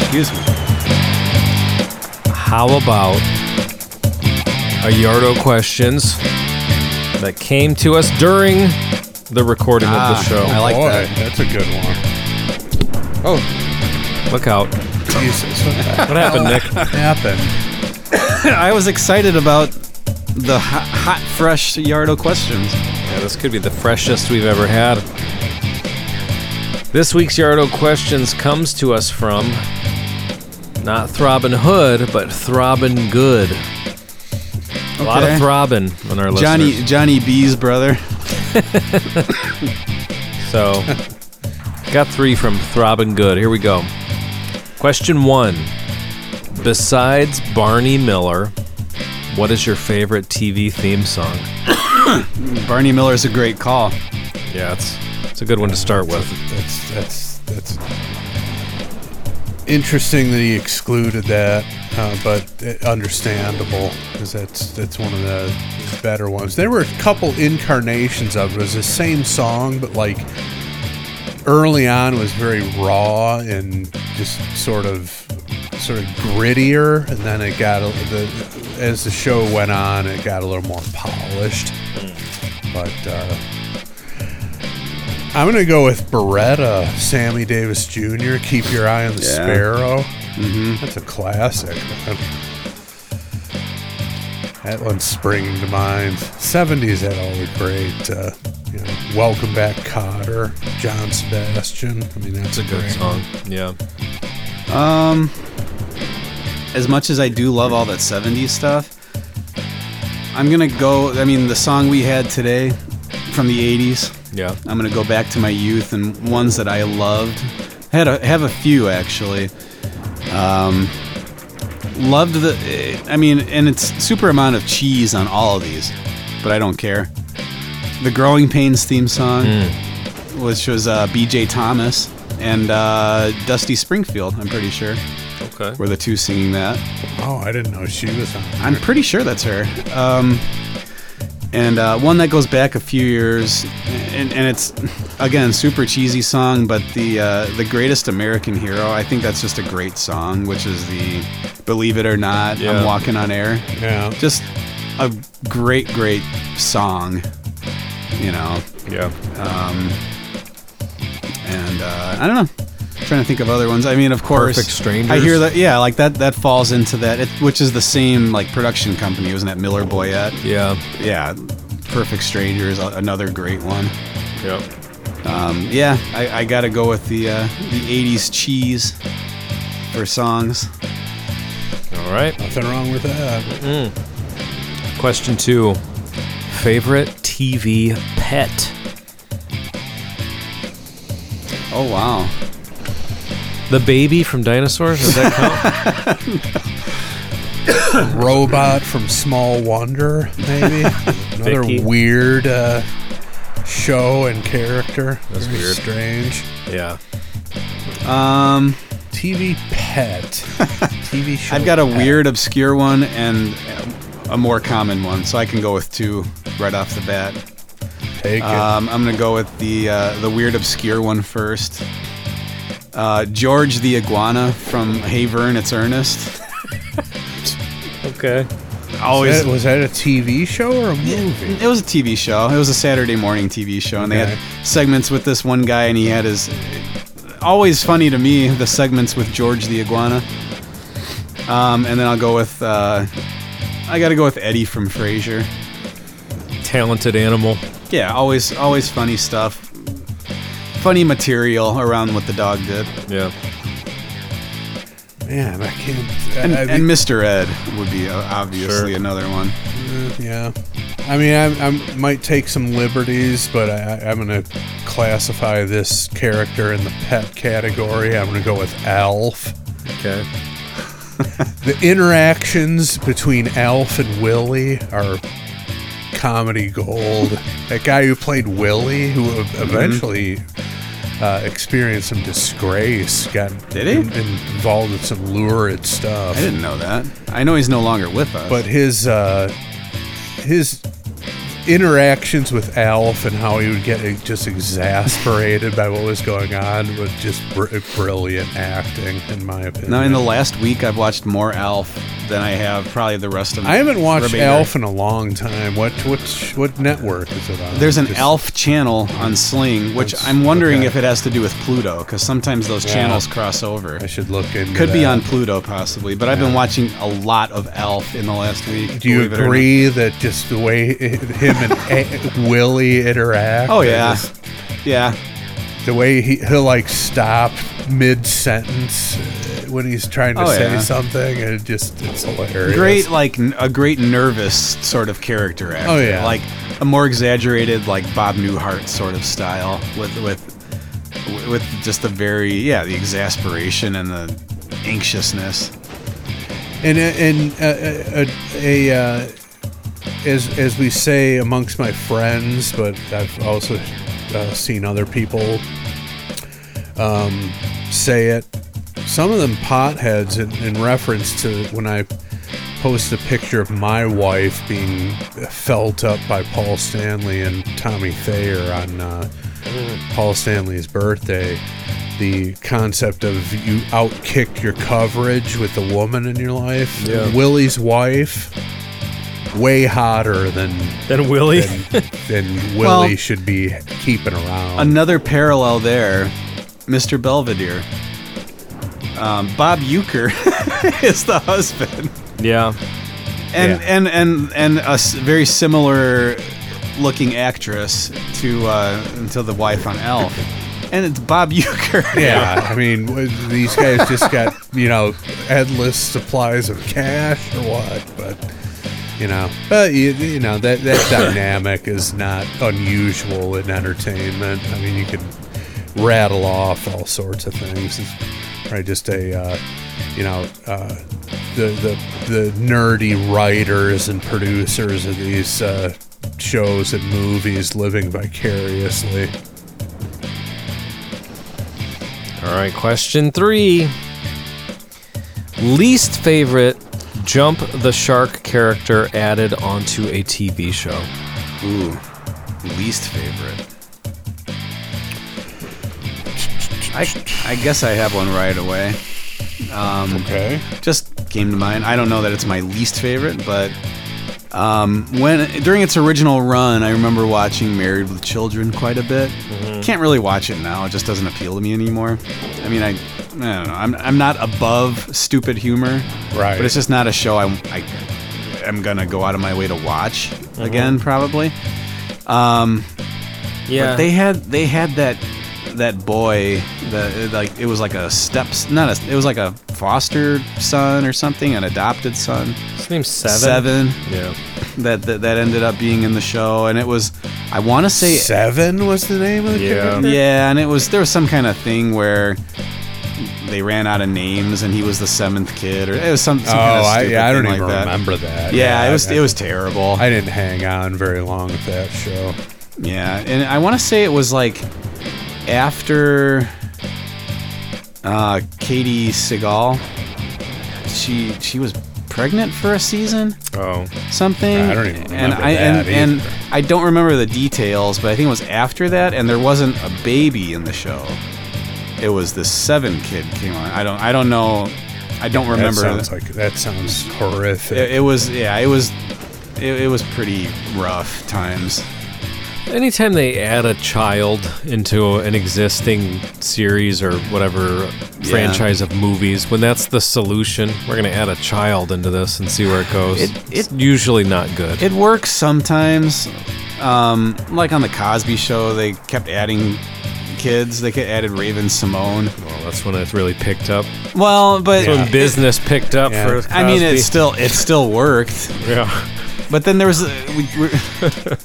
Excuse me. How about a Yardo questions that came to us during the recording of the Ah, show? I like Boy, that. That's a good one. Oh, look out! Jesus, What happened, Nick? What happened? (laughs) I was excited about the hot, hot fresh Yardo questions. Yeah, this could be the freshest we've ever had. This week's Yardo Questions comes to us from not Throbbing Hood, but Throbbing Good. A lot of Okay. throbbing on our list. Johnny Johnny B's brother. So, got three from Throbbing Good. Here we go. Question one Besides Barney Miller, what is your favorite TV theme song? Barney Miller is a great call. Yeah, it's, it's a good one to start with. That's that's that's interesting that he excluded that, uh, but it- understandable because that's that's one of the better ones. There were a couple incarnations of it. It was the same song, but like early on was very raw and just sort of sort of grittier, and then it got a, the as the show went on, it got a little more polished. But uh, I'm gonna go with Beretta, Sammy Davis Jr. Keep your eye on the Yeah. sparrow. Mm-hmm. That's a classic. man. That one's springing to mind. 70s had all the great, uh, you know, Welcome Back Cotter, John Sebastian. I mean, It's that's a good great. song. Yeah. Um, as much as I do love all that '70s stuff, I'm gonna go. I mean, the song we had today from the '80s. Yeah. I'm gonna go back to my youth and ones that I loved. Had a, have a few actually. Um, loved the. eh, I mean, and it's super amount of cheese on all of these, but I don't care. The Growing Pains theme song, which was uh, B.J. Thomas and uh, Dusty Springfield. I'm pretty sure. Okay. Were the two singing that? Oh, I didn't know she was on. I'm pretty sure that's her. Um, and uh, one that goes back a few years, and, and it's again super cheesy song, but the uh, the greatest American hero. I think that's just a great song, which is the "Believe It or Not." Yeah. I'm walking on air. Yeah, just a great, great song. You know. Yeah. Um, and uh, I don't know. trying to think of other ones. I mean, of course, Perfect Strangers. I hear that. Yeah, like that. That falls into that, it, which is the same like production company, wasn't that Miller Boyette? Yeah. Yeah. Perfect Stranger is a- another great one. Yep. Um, yeah, I, I gotta go with the uh, the '80s cheese for songs. All right. Nothing wrong with that. Question two. Favorite TV pet? Oh wow. The baby from Dinosaurs? Does that (laughs) count? Robot from Small Wonder, (laughs) maybe. Another Vicky. weird uh, show and character. That's Very weird. Strange. yeah. Um, TV pet. (laughs) TV show. I've got a pet. weird, obscure one and a more common one, so I can go with two right off the bat. Take it. Um, I'm gonna go with the uh, the weird, obscure one first. Uh, George the iguana from Havern. It's Ernest. Okay. was, Always. that, was that a TV show or a movie? It was a TV show. It was a Saturday morning TV show, and they Okay. had segments with this one guy, and he had his. Always funny to me the segments with George the iguana. Um, and then I'll go with. Uh, I got to go with Eddie from Frasier. Talented animal. Yeah, always always funny stuff. Funny material around what the dog did. Yeah. Man, I can't. And, I, I and Mr. Ed would be uh, obviously another one. think- yeah. I mean, I, I might take some liberties, but I, I- I'm going to classify this character in the pet category. I'm going to go with Alf. Okay. The interactions between Alf and Willie are comedy gold. that guy who played Willie, who ev- Mm-hmm. eventually uh, experienced some disgrace, got Did he? in- involved in some lurid stuff. I didn't know that. I know he's no longer with us. But his uh, his interactions with Alf and how he would get uh, just exasperated by what was going on was just br- brilliant acting, in my opinion. now in the last week I've watched more Alf than I have probably the rest of I haven't watched remainder. Elf in a long time. What which what network is it on? There's an Just- Alf channel on Sling, which That's- I'm wondering okay. if it has to do with Pluto, because sometimes those Yeah. channels cross over. I should look into. Could be that. on Pluto possibly, but I've been watching a lot of Alf in the last week. Do you believe it or not. agree that just the way i- him and A- (laughs) Willie interact? Oh is yeah, just- yeah. the way he he'll like stop mid sentence when he's trying to Oh, say yeah. something, and it just it's hilarious. great like n- a great nervous sort of character actor. Oh, yeah. like a more exaggerated like Bob Newhart sort of style with with with just the very yeah the exasperation and the anxiousness. and and uh, a, a, a uh, as as we say amongst my friends, but I've also uh, seen other people um, say it. Some of them potheads, in, in reference to when I post a picture of my wife being felt up by Paul Stanley and Tommy Thayer on uh, Paul Stanley's birthday, the concept of you outkick your coverage with the woman in your life. Yeah. Willie's wife, way hotter (laughs) than than Willie than, than Willie Well- should be keeping around. Another parallel there, Mr. Belvedere. Um, Bob Euchre (laughs) is the husband. Yeah. And and and and a s- very similar looking actress to uh, until the wife on Elf, and it's Bob (laughs) Euchre. Yeah, I mean, w- these guys just got you know endless supplies of cash or what? But you know, but you, you know that (laughs) that dynamic is not unusual in entertainment. I mean, you could rattle off all sorts of things. It's probably just a uh, you know uh, the the the nerdy writers and producers of these uh, shows and movies living vicariously. All right, question three. Least favorite jump the shark character added onto a TV show. Ooh, least favorite. I, I guess I have one right away. Um, okay. Just came to mind. I don't know that it's my least favorite, but um, when during its original run, I remember watching Married with Children quite a bit. Can't really watch it now. It just doesn't appeal to me anymore. I mean, I, I don't know. I'm, I'm not above stupid humor, right? But it's just not a show I'm, I am gonna go out of my way to watch again, probably. Um, Yeah. but they had they had that that boy the like it was like a steps not a it was like a foster son or something an adopted son. His name's Seven. Seven. Yeah. That, that that ended up being in the show and it was I want to say Seven was the name of the character? Yeah, and it was there was some kind of thing where they ran out of names and he was the seventh kid or it was some, some kind oh, of I, stupid yeah, I don't thing even like that. remember that. Yeah, it was I- it was terrible. I didn't hang on very long with that show. Yeah, and I want to say it was like after uh, Katie Seagal. She she was pregnant for a season. Oh, something. I don't even and remember I that and, and I don't remember the details, but I think it was after that, and there wasn't a baby in the show. It was the seven kid came on. I don't I don't know. I don't remember. That sounds like that sounds horrific. it, it was yeah. It was it, it was pretty rough times. Anytime they add a child into an existing series or whatever Yeah. franchise of movies, when that's the solution, we're going to add a child into this and see where it goes. It- it's usually not good. It works sometimes. Um, like on the Cosby Show, they kept adding kids. They kept added Raven Simone. Well, that's when it really picked up. Well, but That's when business picked up Yeah. for. I mean, Cosby. it still it still worked. Yeah. But then there was. uh, we, (laughs) we're-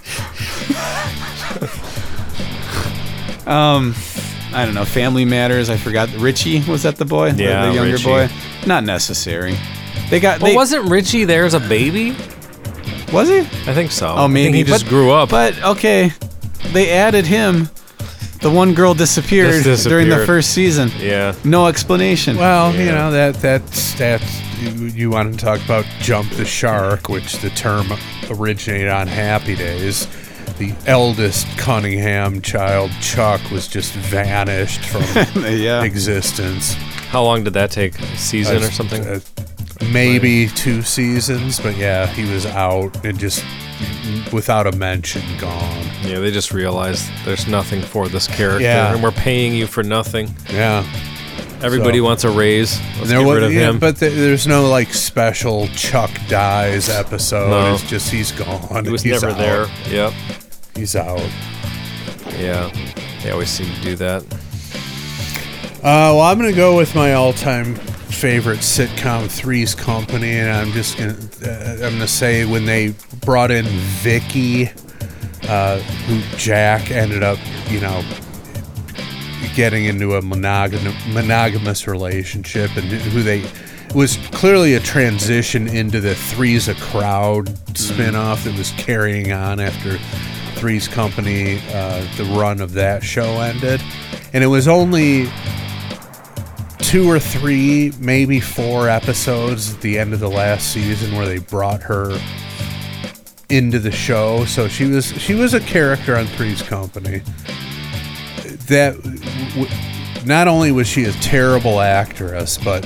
um, I don't know. Family Matters. I forgot. Richie was that the boy? The- Yeah, the, younger Richie. boy. Not necessary. They got. Well, They, wasn't Richie there as a baby? Was he? I think so. Oh, maybe I think he just but- grew up. But okay, they added him. The one girl disappeared, Just during the disappeared. first season. Yeah. No explanation. Well, you know that that's that's you, you want to talk about jump the shark, which the term originated on Happy Days. The eldest Cunningham child, Chuck, was just vanished from (laughs) existence. How long did that take? A season Uh, or something? uh, maybe two seasons, but yeah, he was out and just without a mention gone. Yeah, they just realized there's nothing for this character, Yeah. and we're paying you for nothing. Yeah. Everybody So- wants a raise. Let's There get wa- rid of yeah, him. but th- there's no like special Chuck dies episode. No. It's just he's gone. He was He's never out. there. Yep. He's out. Yeah. They always seem to do that. Uh, well, I'm gonna go with my all-time favorite sitcom, Three's Company, and I'm just gonna uh, I'm gonna say when they brought in Vicky, uh, who Jack ended up, you know, getting into a monogam- monogamous relationship, and who they it was clearly a transition into the Three's a Crowd spinoff that was carrying on after Three's Company, uh, the run of that show ended, and it was only two or three, maybe four episodes at the end of the last season where they brought her into the show. So she was she was a character on Three's Company. That w- not only was she a terrible actress, but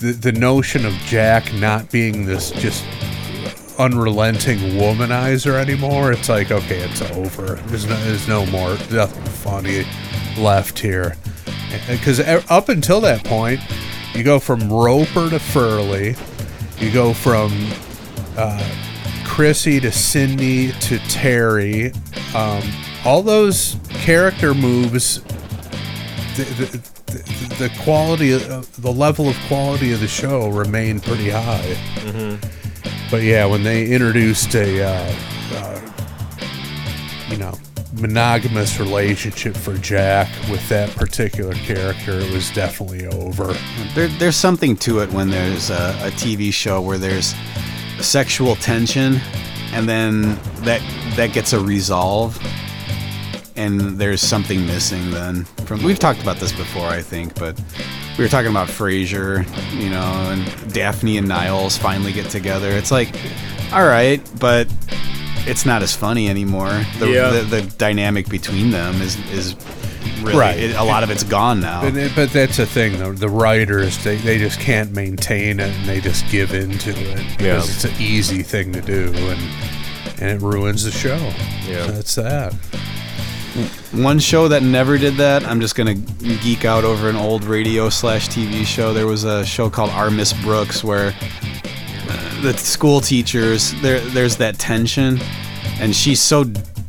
the, the notion of Jack not being this just unrelenting womanizer anymore, it's like, okay, it's over. There's no, there's no more, nothing funny left here. Because e, up until that point, you go from Roper to Furley, you go from uh, Chrissy to Cindy to Terry. Um, all those character moves, the, the, the, the quality, of, the level of quality of the show remained pretty high. But yeah, when they introduced a, uh, uh, you know, monogamous relationship for Jack with that particular character, it was definitely over. There, there's something to it when there's a, a TV show where there's sexual tension, and then that that gets a resolve, and there's something missing. Then from we've talked about this before, I think, but we were talking about Frasier, you know, and Daphne and Niles finally get together. It's like, all right, but it's not as funny anymore. The, Yeah. the, the dynamic between them is is really, Right. it- a lot of it's gone now. But, it- but that's the thing, though. The writers, they, they just can't maintain it and they just give in to it because Yeah. it's an easy thing to do and, and it ruins the show. Yeah. that's that. One show that never did that, I'm just gonna geek out over an old radio slash TV show. There was a show called Our Miss Brooks where uh, the school teachers there there's that tension, and she so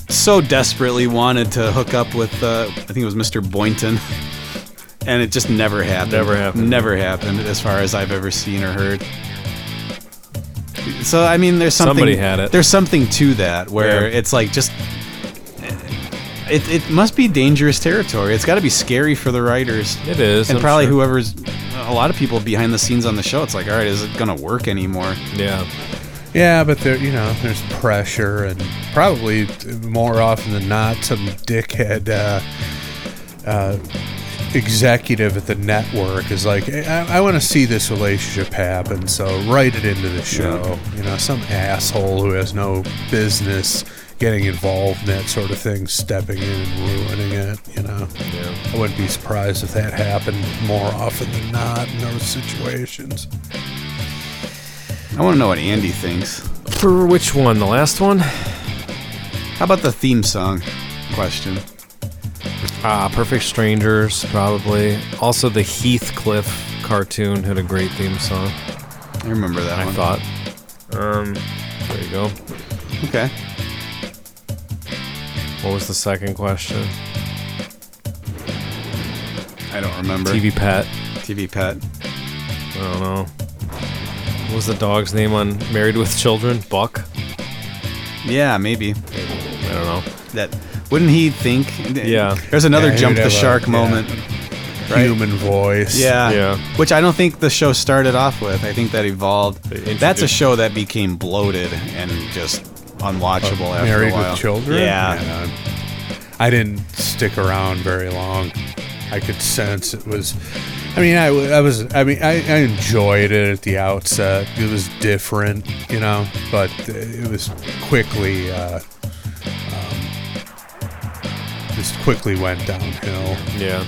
so desperately wanted to hook up with uh, I think it was Mr. Boynton, (laughs) and it just never happened. Never happened. Never happened, as far as I've ever seen or heard. So I mean, there's something. Somebody had it. There's something to that where it's like just. It, it must be dangerous territory. It's got to be scary for the writers. It is, and I'm probably sure. whoever's a lot of people behind the scenes on the show. It's like, all right, is it gonna work anymore? Yeah. Yeah, but there, you know, there's pressure, and probably more often than not, some dickhead uh, uh, executive at the network is like, "Hey, I, I want to see this relationship happen, so write it into the show. You know, some asshole who has no business getting involved in that sort of thing, stepping in and ruining it. You know, I wouldn't be surprised if that happened more often than not in those situations. I want to know what Andy thinks. For which one? The last one? How about the theme song question? Ah, Perfect Strangers, probably. Also, the Heathcliff cartoon had a great theme song. I remember that I one. thought. Um, there you go. Okay. What was the second question? I don't remember. TV Pet. TV Pet. I don't know. What was the dog's name on Married with Children? Buck? Yeah, maybe. I don't know. That wouldn't he think? Yeah. There's another Yeah, he jump would the have a- shark yeah. moment. Human voice. Yeah. Yeah. Which I don't think the show started off with. I think that evolved. That's a introduced- show that became bloated and just unwatchable Uh, after Married a while. with Children. Yeah. And, uh, I didn't stick around very long. I could sense it was. I mean, I, w- I was. I mean, I, I enjoyed it at the outset. It was different, you know, but uh, it was quickly. Uh, um, just quickly went downhill. Yeah.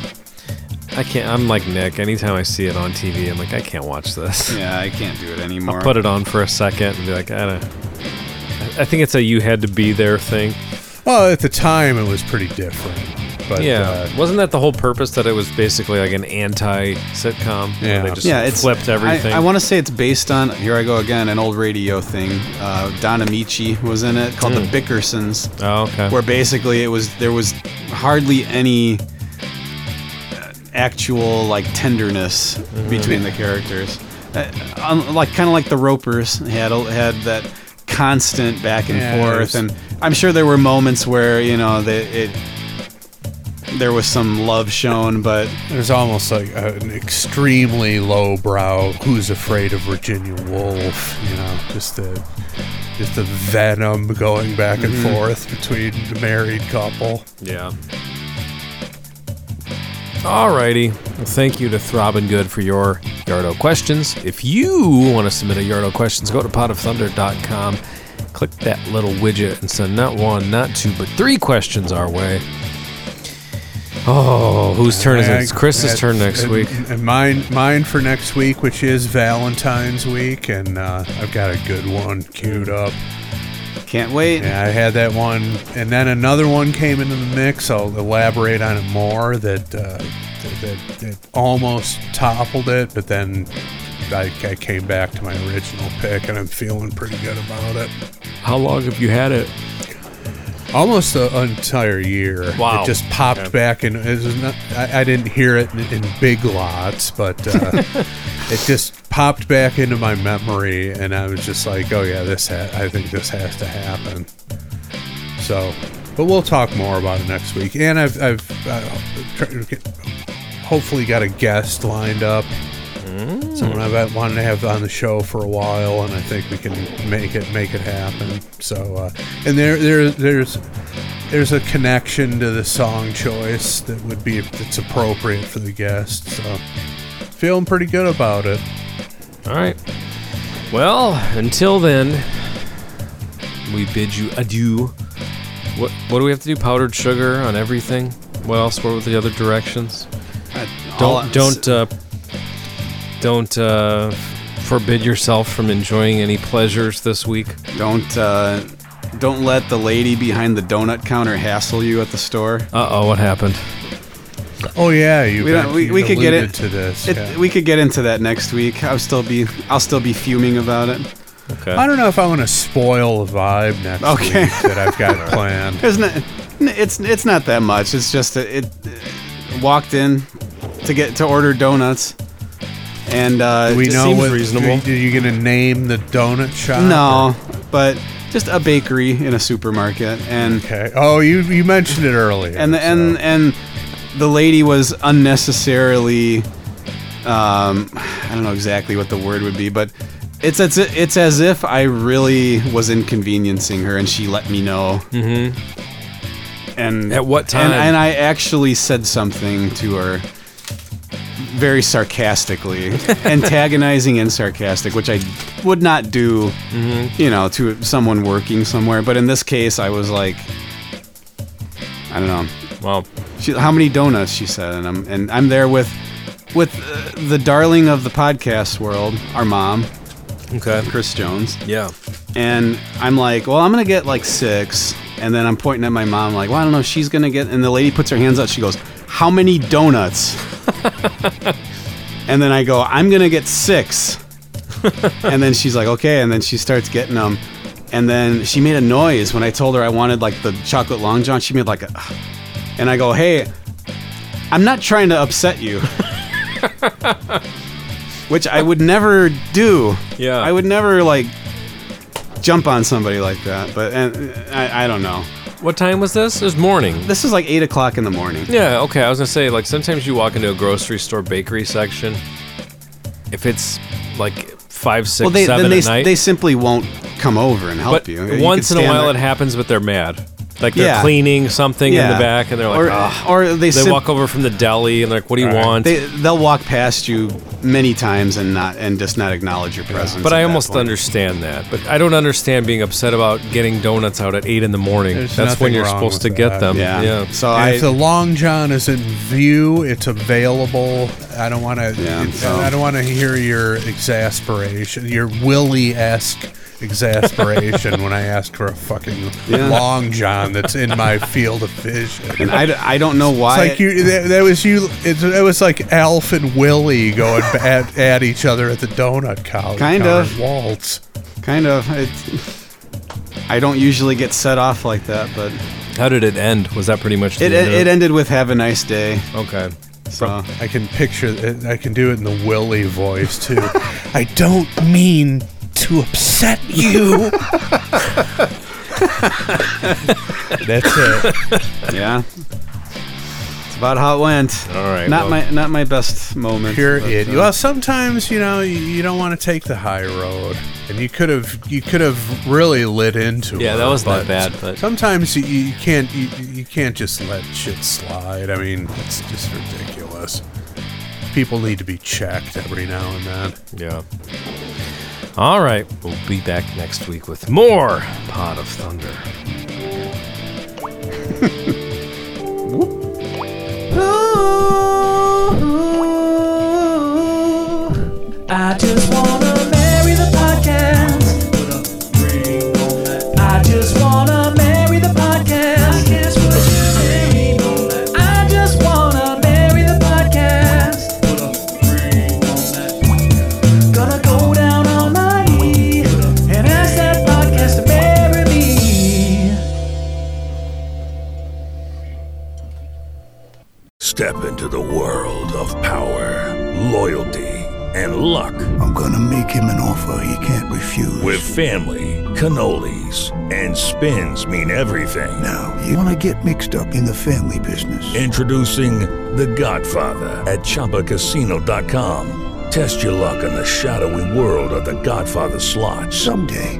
I can't. I'm like Nick. Anytime I see it on TV, I'm like, I can't watch (laughs) this. Yeah, I can't do it anymore. I'll put it on for a second and be like, I don't. I think it's a you had to be there thing. Well, at the time, it was pretty different. But yeah, uh, wasn't that the whole purpose that it was basically like an anti sitcom? where they just flipped everything. I, want to say it's based on here I go again an old radio thing. Uh, Don Amici was in it called Mm. the Bickersons. Oh, okay. Where basically it was there was hardly any uh, actual like tenderness Mm-hmm. between the characters. Uh, un- like kind of like the Ropers had had that constant back and Yeah, it forth, was- and I'm sure there were moments where you know that it there was some love shown, but There's almost like a- an extremely lowbrow "Who's Afraid of Virginia Woolf," you know, just the just the venom going back and Mhm. forth between the married couple. yeah. Alrighty. Well, thank you to Throbbing Good for your Yardo questions. If you want to submit a Yardo questions, go to potofthunder.com. Click that little widget and send not one, not two, but three questions our way. Oh, whose turn is it? It's Chris's That's- turn next and- week. And mine, mine for next week, which is Valentine's week, and uh, I've got a good one queued up. Can't wait. Yeah, I had that one, and then another one came into the mix. I'll elaborate on it more. That uh, that, that, that almost toppled it, but then I, I came back to my original pick, and I'm feeling pretty good about it. How long have you had it? Almost an entire year. Wow. It just popped Okay. back, and it was not, I, I didn't hear it in, in big lots, but uh, it just popped back into my memory, and I was just like, "Oh yeah, this ha- I think this has to happen." So, but we'll talk more about it next week. And I've, I've uh, tr- get- hopefully got a guest lined up. Someone I've wanted to have on the show for a while, and I think we can make it make it happen. So, uh, and there, there, there's there's a connection to the song choice that would be that's appropriate for the guest. So, feeling pretty good about it. All right. Well, until then, we bid you adieu. What what do we have to do? Powdered sugar on everything. What else? What were the other directions? Uh, all Don't I- don't uh, don't uh, forbid yourself from enjoying any pleasures this week. Don't uh, don't let the lady behind the donut counter hassle you at the store. Uh oh, what happened? Oh yeah, you. we don't, we, we could get it to this. it- yeah. We could get into that next week. I'll still be I'll still be fuming about it. Okay. I don't know if I want to spoil the vibe next Okay. week that I've (laughs) got planned. There's not, n- it's it's not that much. It's just that it uh, walked in to get to order donuts, and uh, we it know seems what Are you gonna name the donut shop? No, but just a bakery in a supermarket, and okay. Oh, you you mentioned it earlier, and the, and and the lady was unnecessarily, um, I don't know exactly what the word would be, but it's it's it's as if I really was inconveniencing her, and she let me know. Mm-hmm. And At what time? And, and I actually said something to her (laughs) very sarcastically, antagonizing and sarcastic, which I would not do, Mm-hmm. you know, to someone working somewhere. But in this case, I was like, I don't know. Wow. She, how many donuts? She said, and I'm and I'm there with with uh, the darling of the podcast world, our mom. Okay. Chris Jones. Yeah. And I'm like, well, I'm gonna get like six, and then I'm pointing at my mom, like, well, I don't know, she's gonna get. And the lady puts her hands out. She goes, how many donuts? and then I go, I'm gonna get six. (laughs) and then she's like, okay. And then she starts getting them. And then she made a noise when I told her I wanted like the chocolate long john. She made like a, (sighs) and I go, hey, I'm not trying to upset you. (laughs) Which I would never do. Yeah. I would never like jump on somebody like that. But and I, I don't know. What time was this? It was morning. This is like eight o'clock in the morning. Yeah, okay. I was gonna say, like, sometimes you walk into a grocery store bakery section. If it's like five, six, they, seven then they, at night, they simply won't come over and help but you. You once could in a stand while there- it happens, but they're mad. Like they're Yeah. cleaning something in Yeah. the back, and they're like, Or- "Ugh." or they sim- walk over from the deli and they're like, "What do you want?" They, they'll walk past you many times and not and just not acknowledge your presence. but at I that almost point. understand that. But I don't understand being upset about getting donuts out at eight in the morning. There's That's when nothing you're wrong supposed to with get that. them. Yeah. And if the long john is in view, it's available. I don't want to. so- I don't want to hear your exasperation, your Willie esque exasperation when I ask for a fucking Yeah. long john that's in my field of vision. And I, d- I don't know why. It's like you. That, that was you. It, that was like Alf and Willie going b- at, at each other at the donut counter. Kind counter of. waltz. Kind of. It, I don't usually get set off like that, but How did it end? Was that pretty much the it, end it, of it ended with "Have a nice day." Okay. So I can picture it. I can do it in the Willie voice too. (laughs) I don't mean to upset you. That's (laughs) it. (laughs) yeah, it's about how it went. All right. Not well- my not my best moment. Pure but, idiot. uh, Well, sometimes you know you, you don't want to take the high road, and you could have you could have really lit into it. Yeah, that wasn't that bad, but- sometimes you, you can't you, you can't just let shit slide. I mean, it's just ridiculous. ridiculous. People need to be checked every now and then. Yeah. All right, we'll be back next week with more Pot of Thunder. I just wanna marry the podcast. I just wanna marry the podcast. I just wanna marry the podcast. Gonna go down on my knee and ask that podcast to marry me. Step into the world of power, loyalty, and luck. I'm going to make him an offer he can't refuse. With family, cannolis, and spins mean everything. Now, You want to get mixed up in the family business. Introducing The Godfather at ChumbaCasino.com. Test your luck in the shadowy world of The Godfather slot. Someday,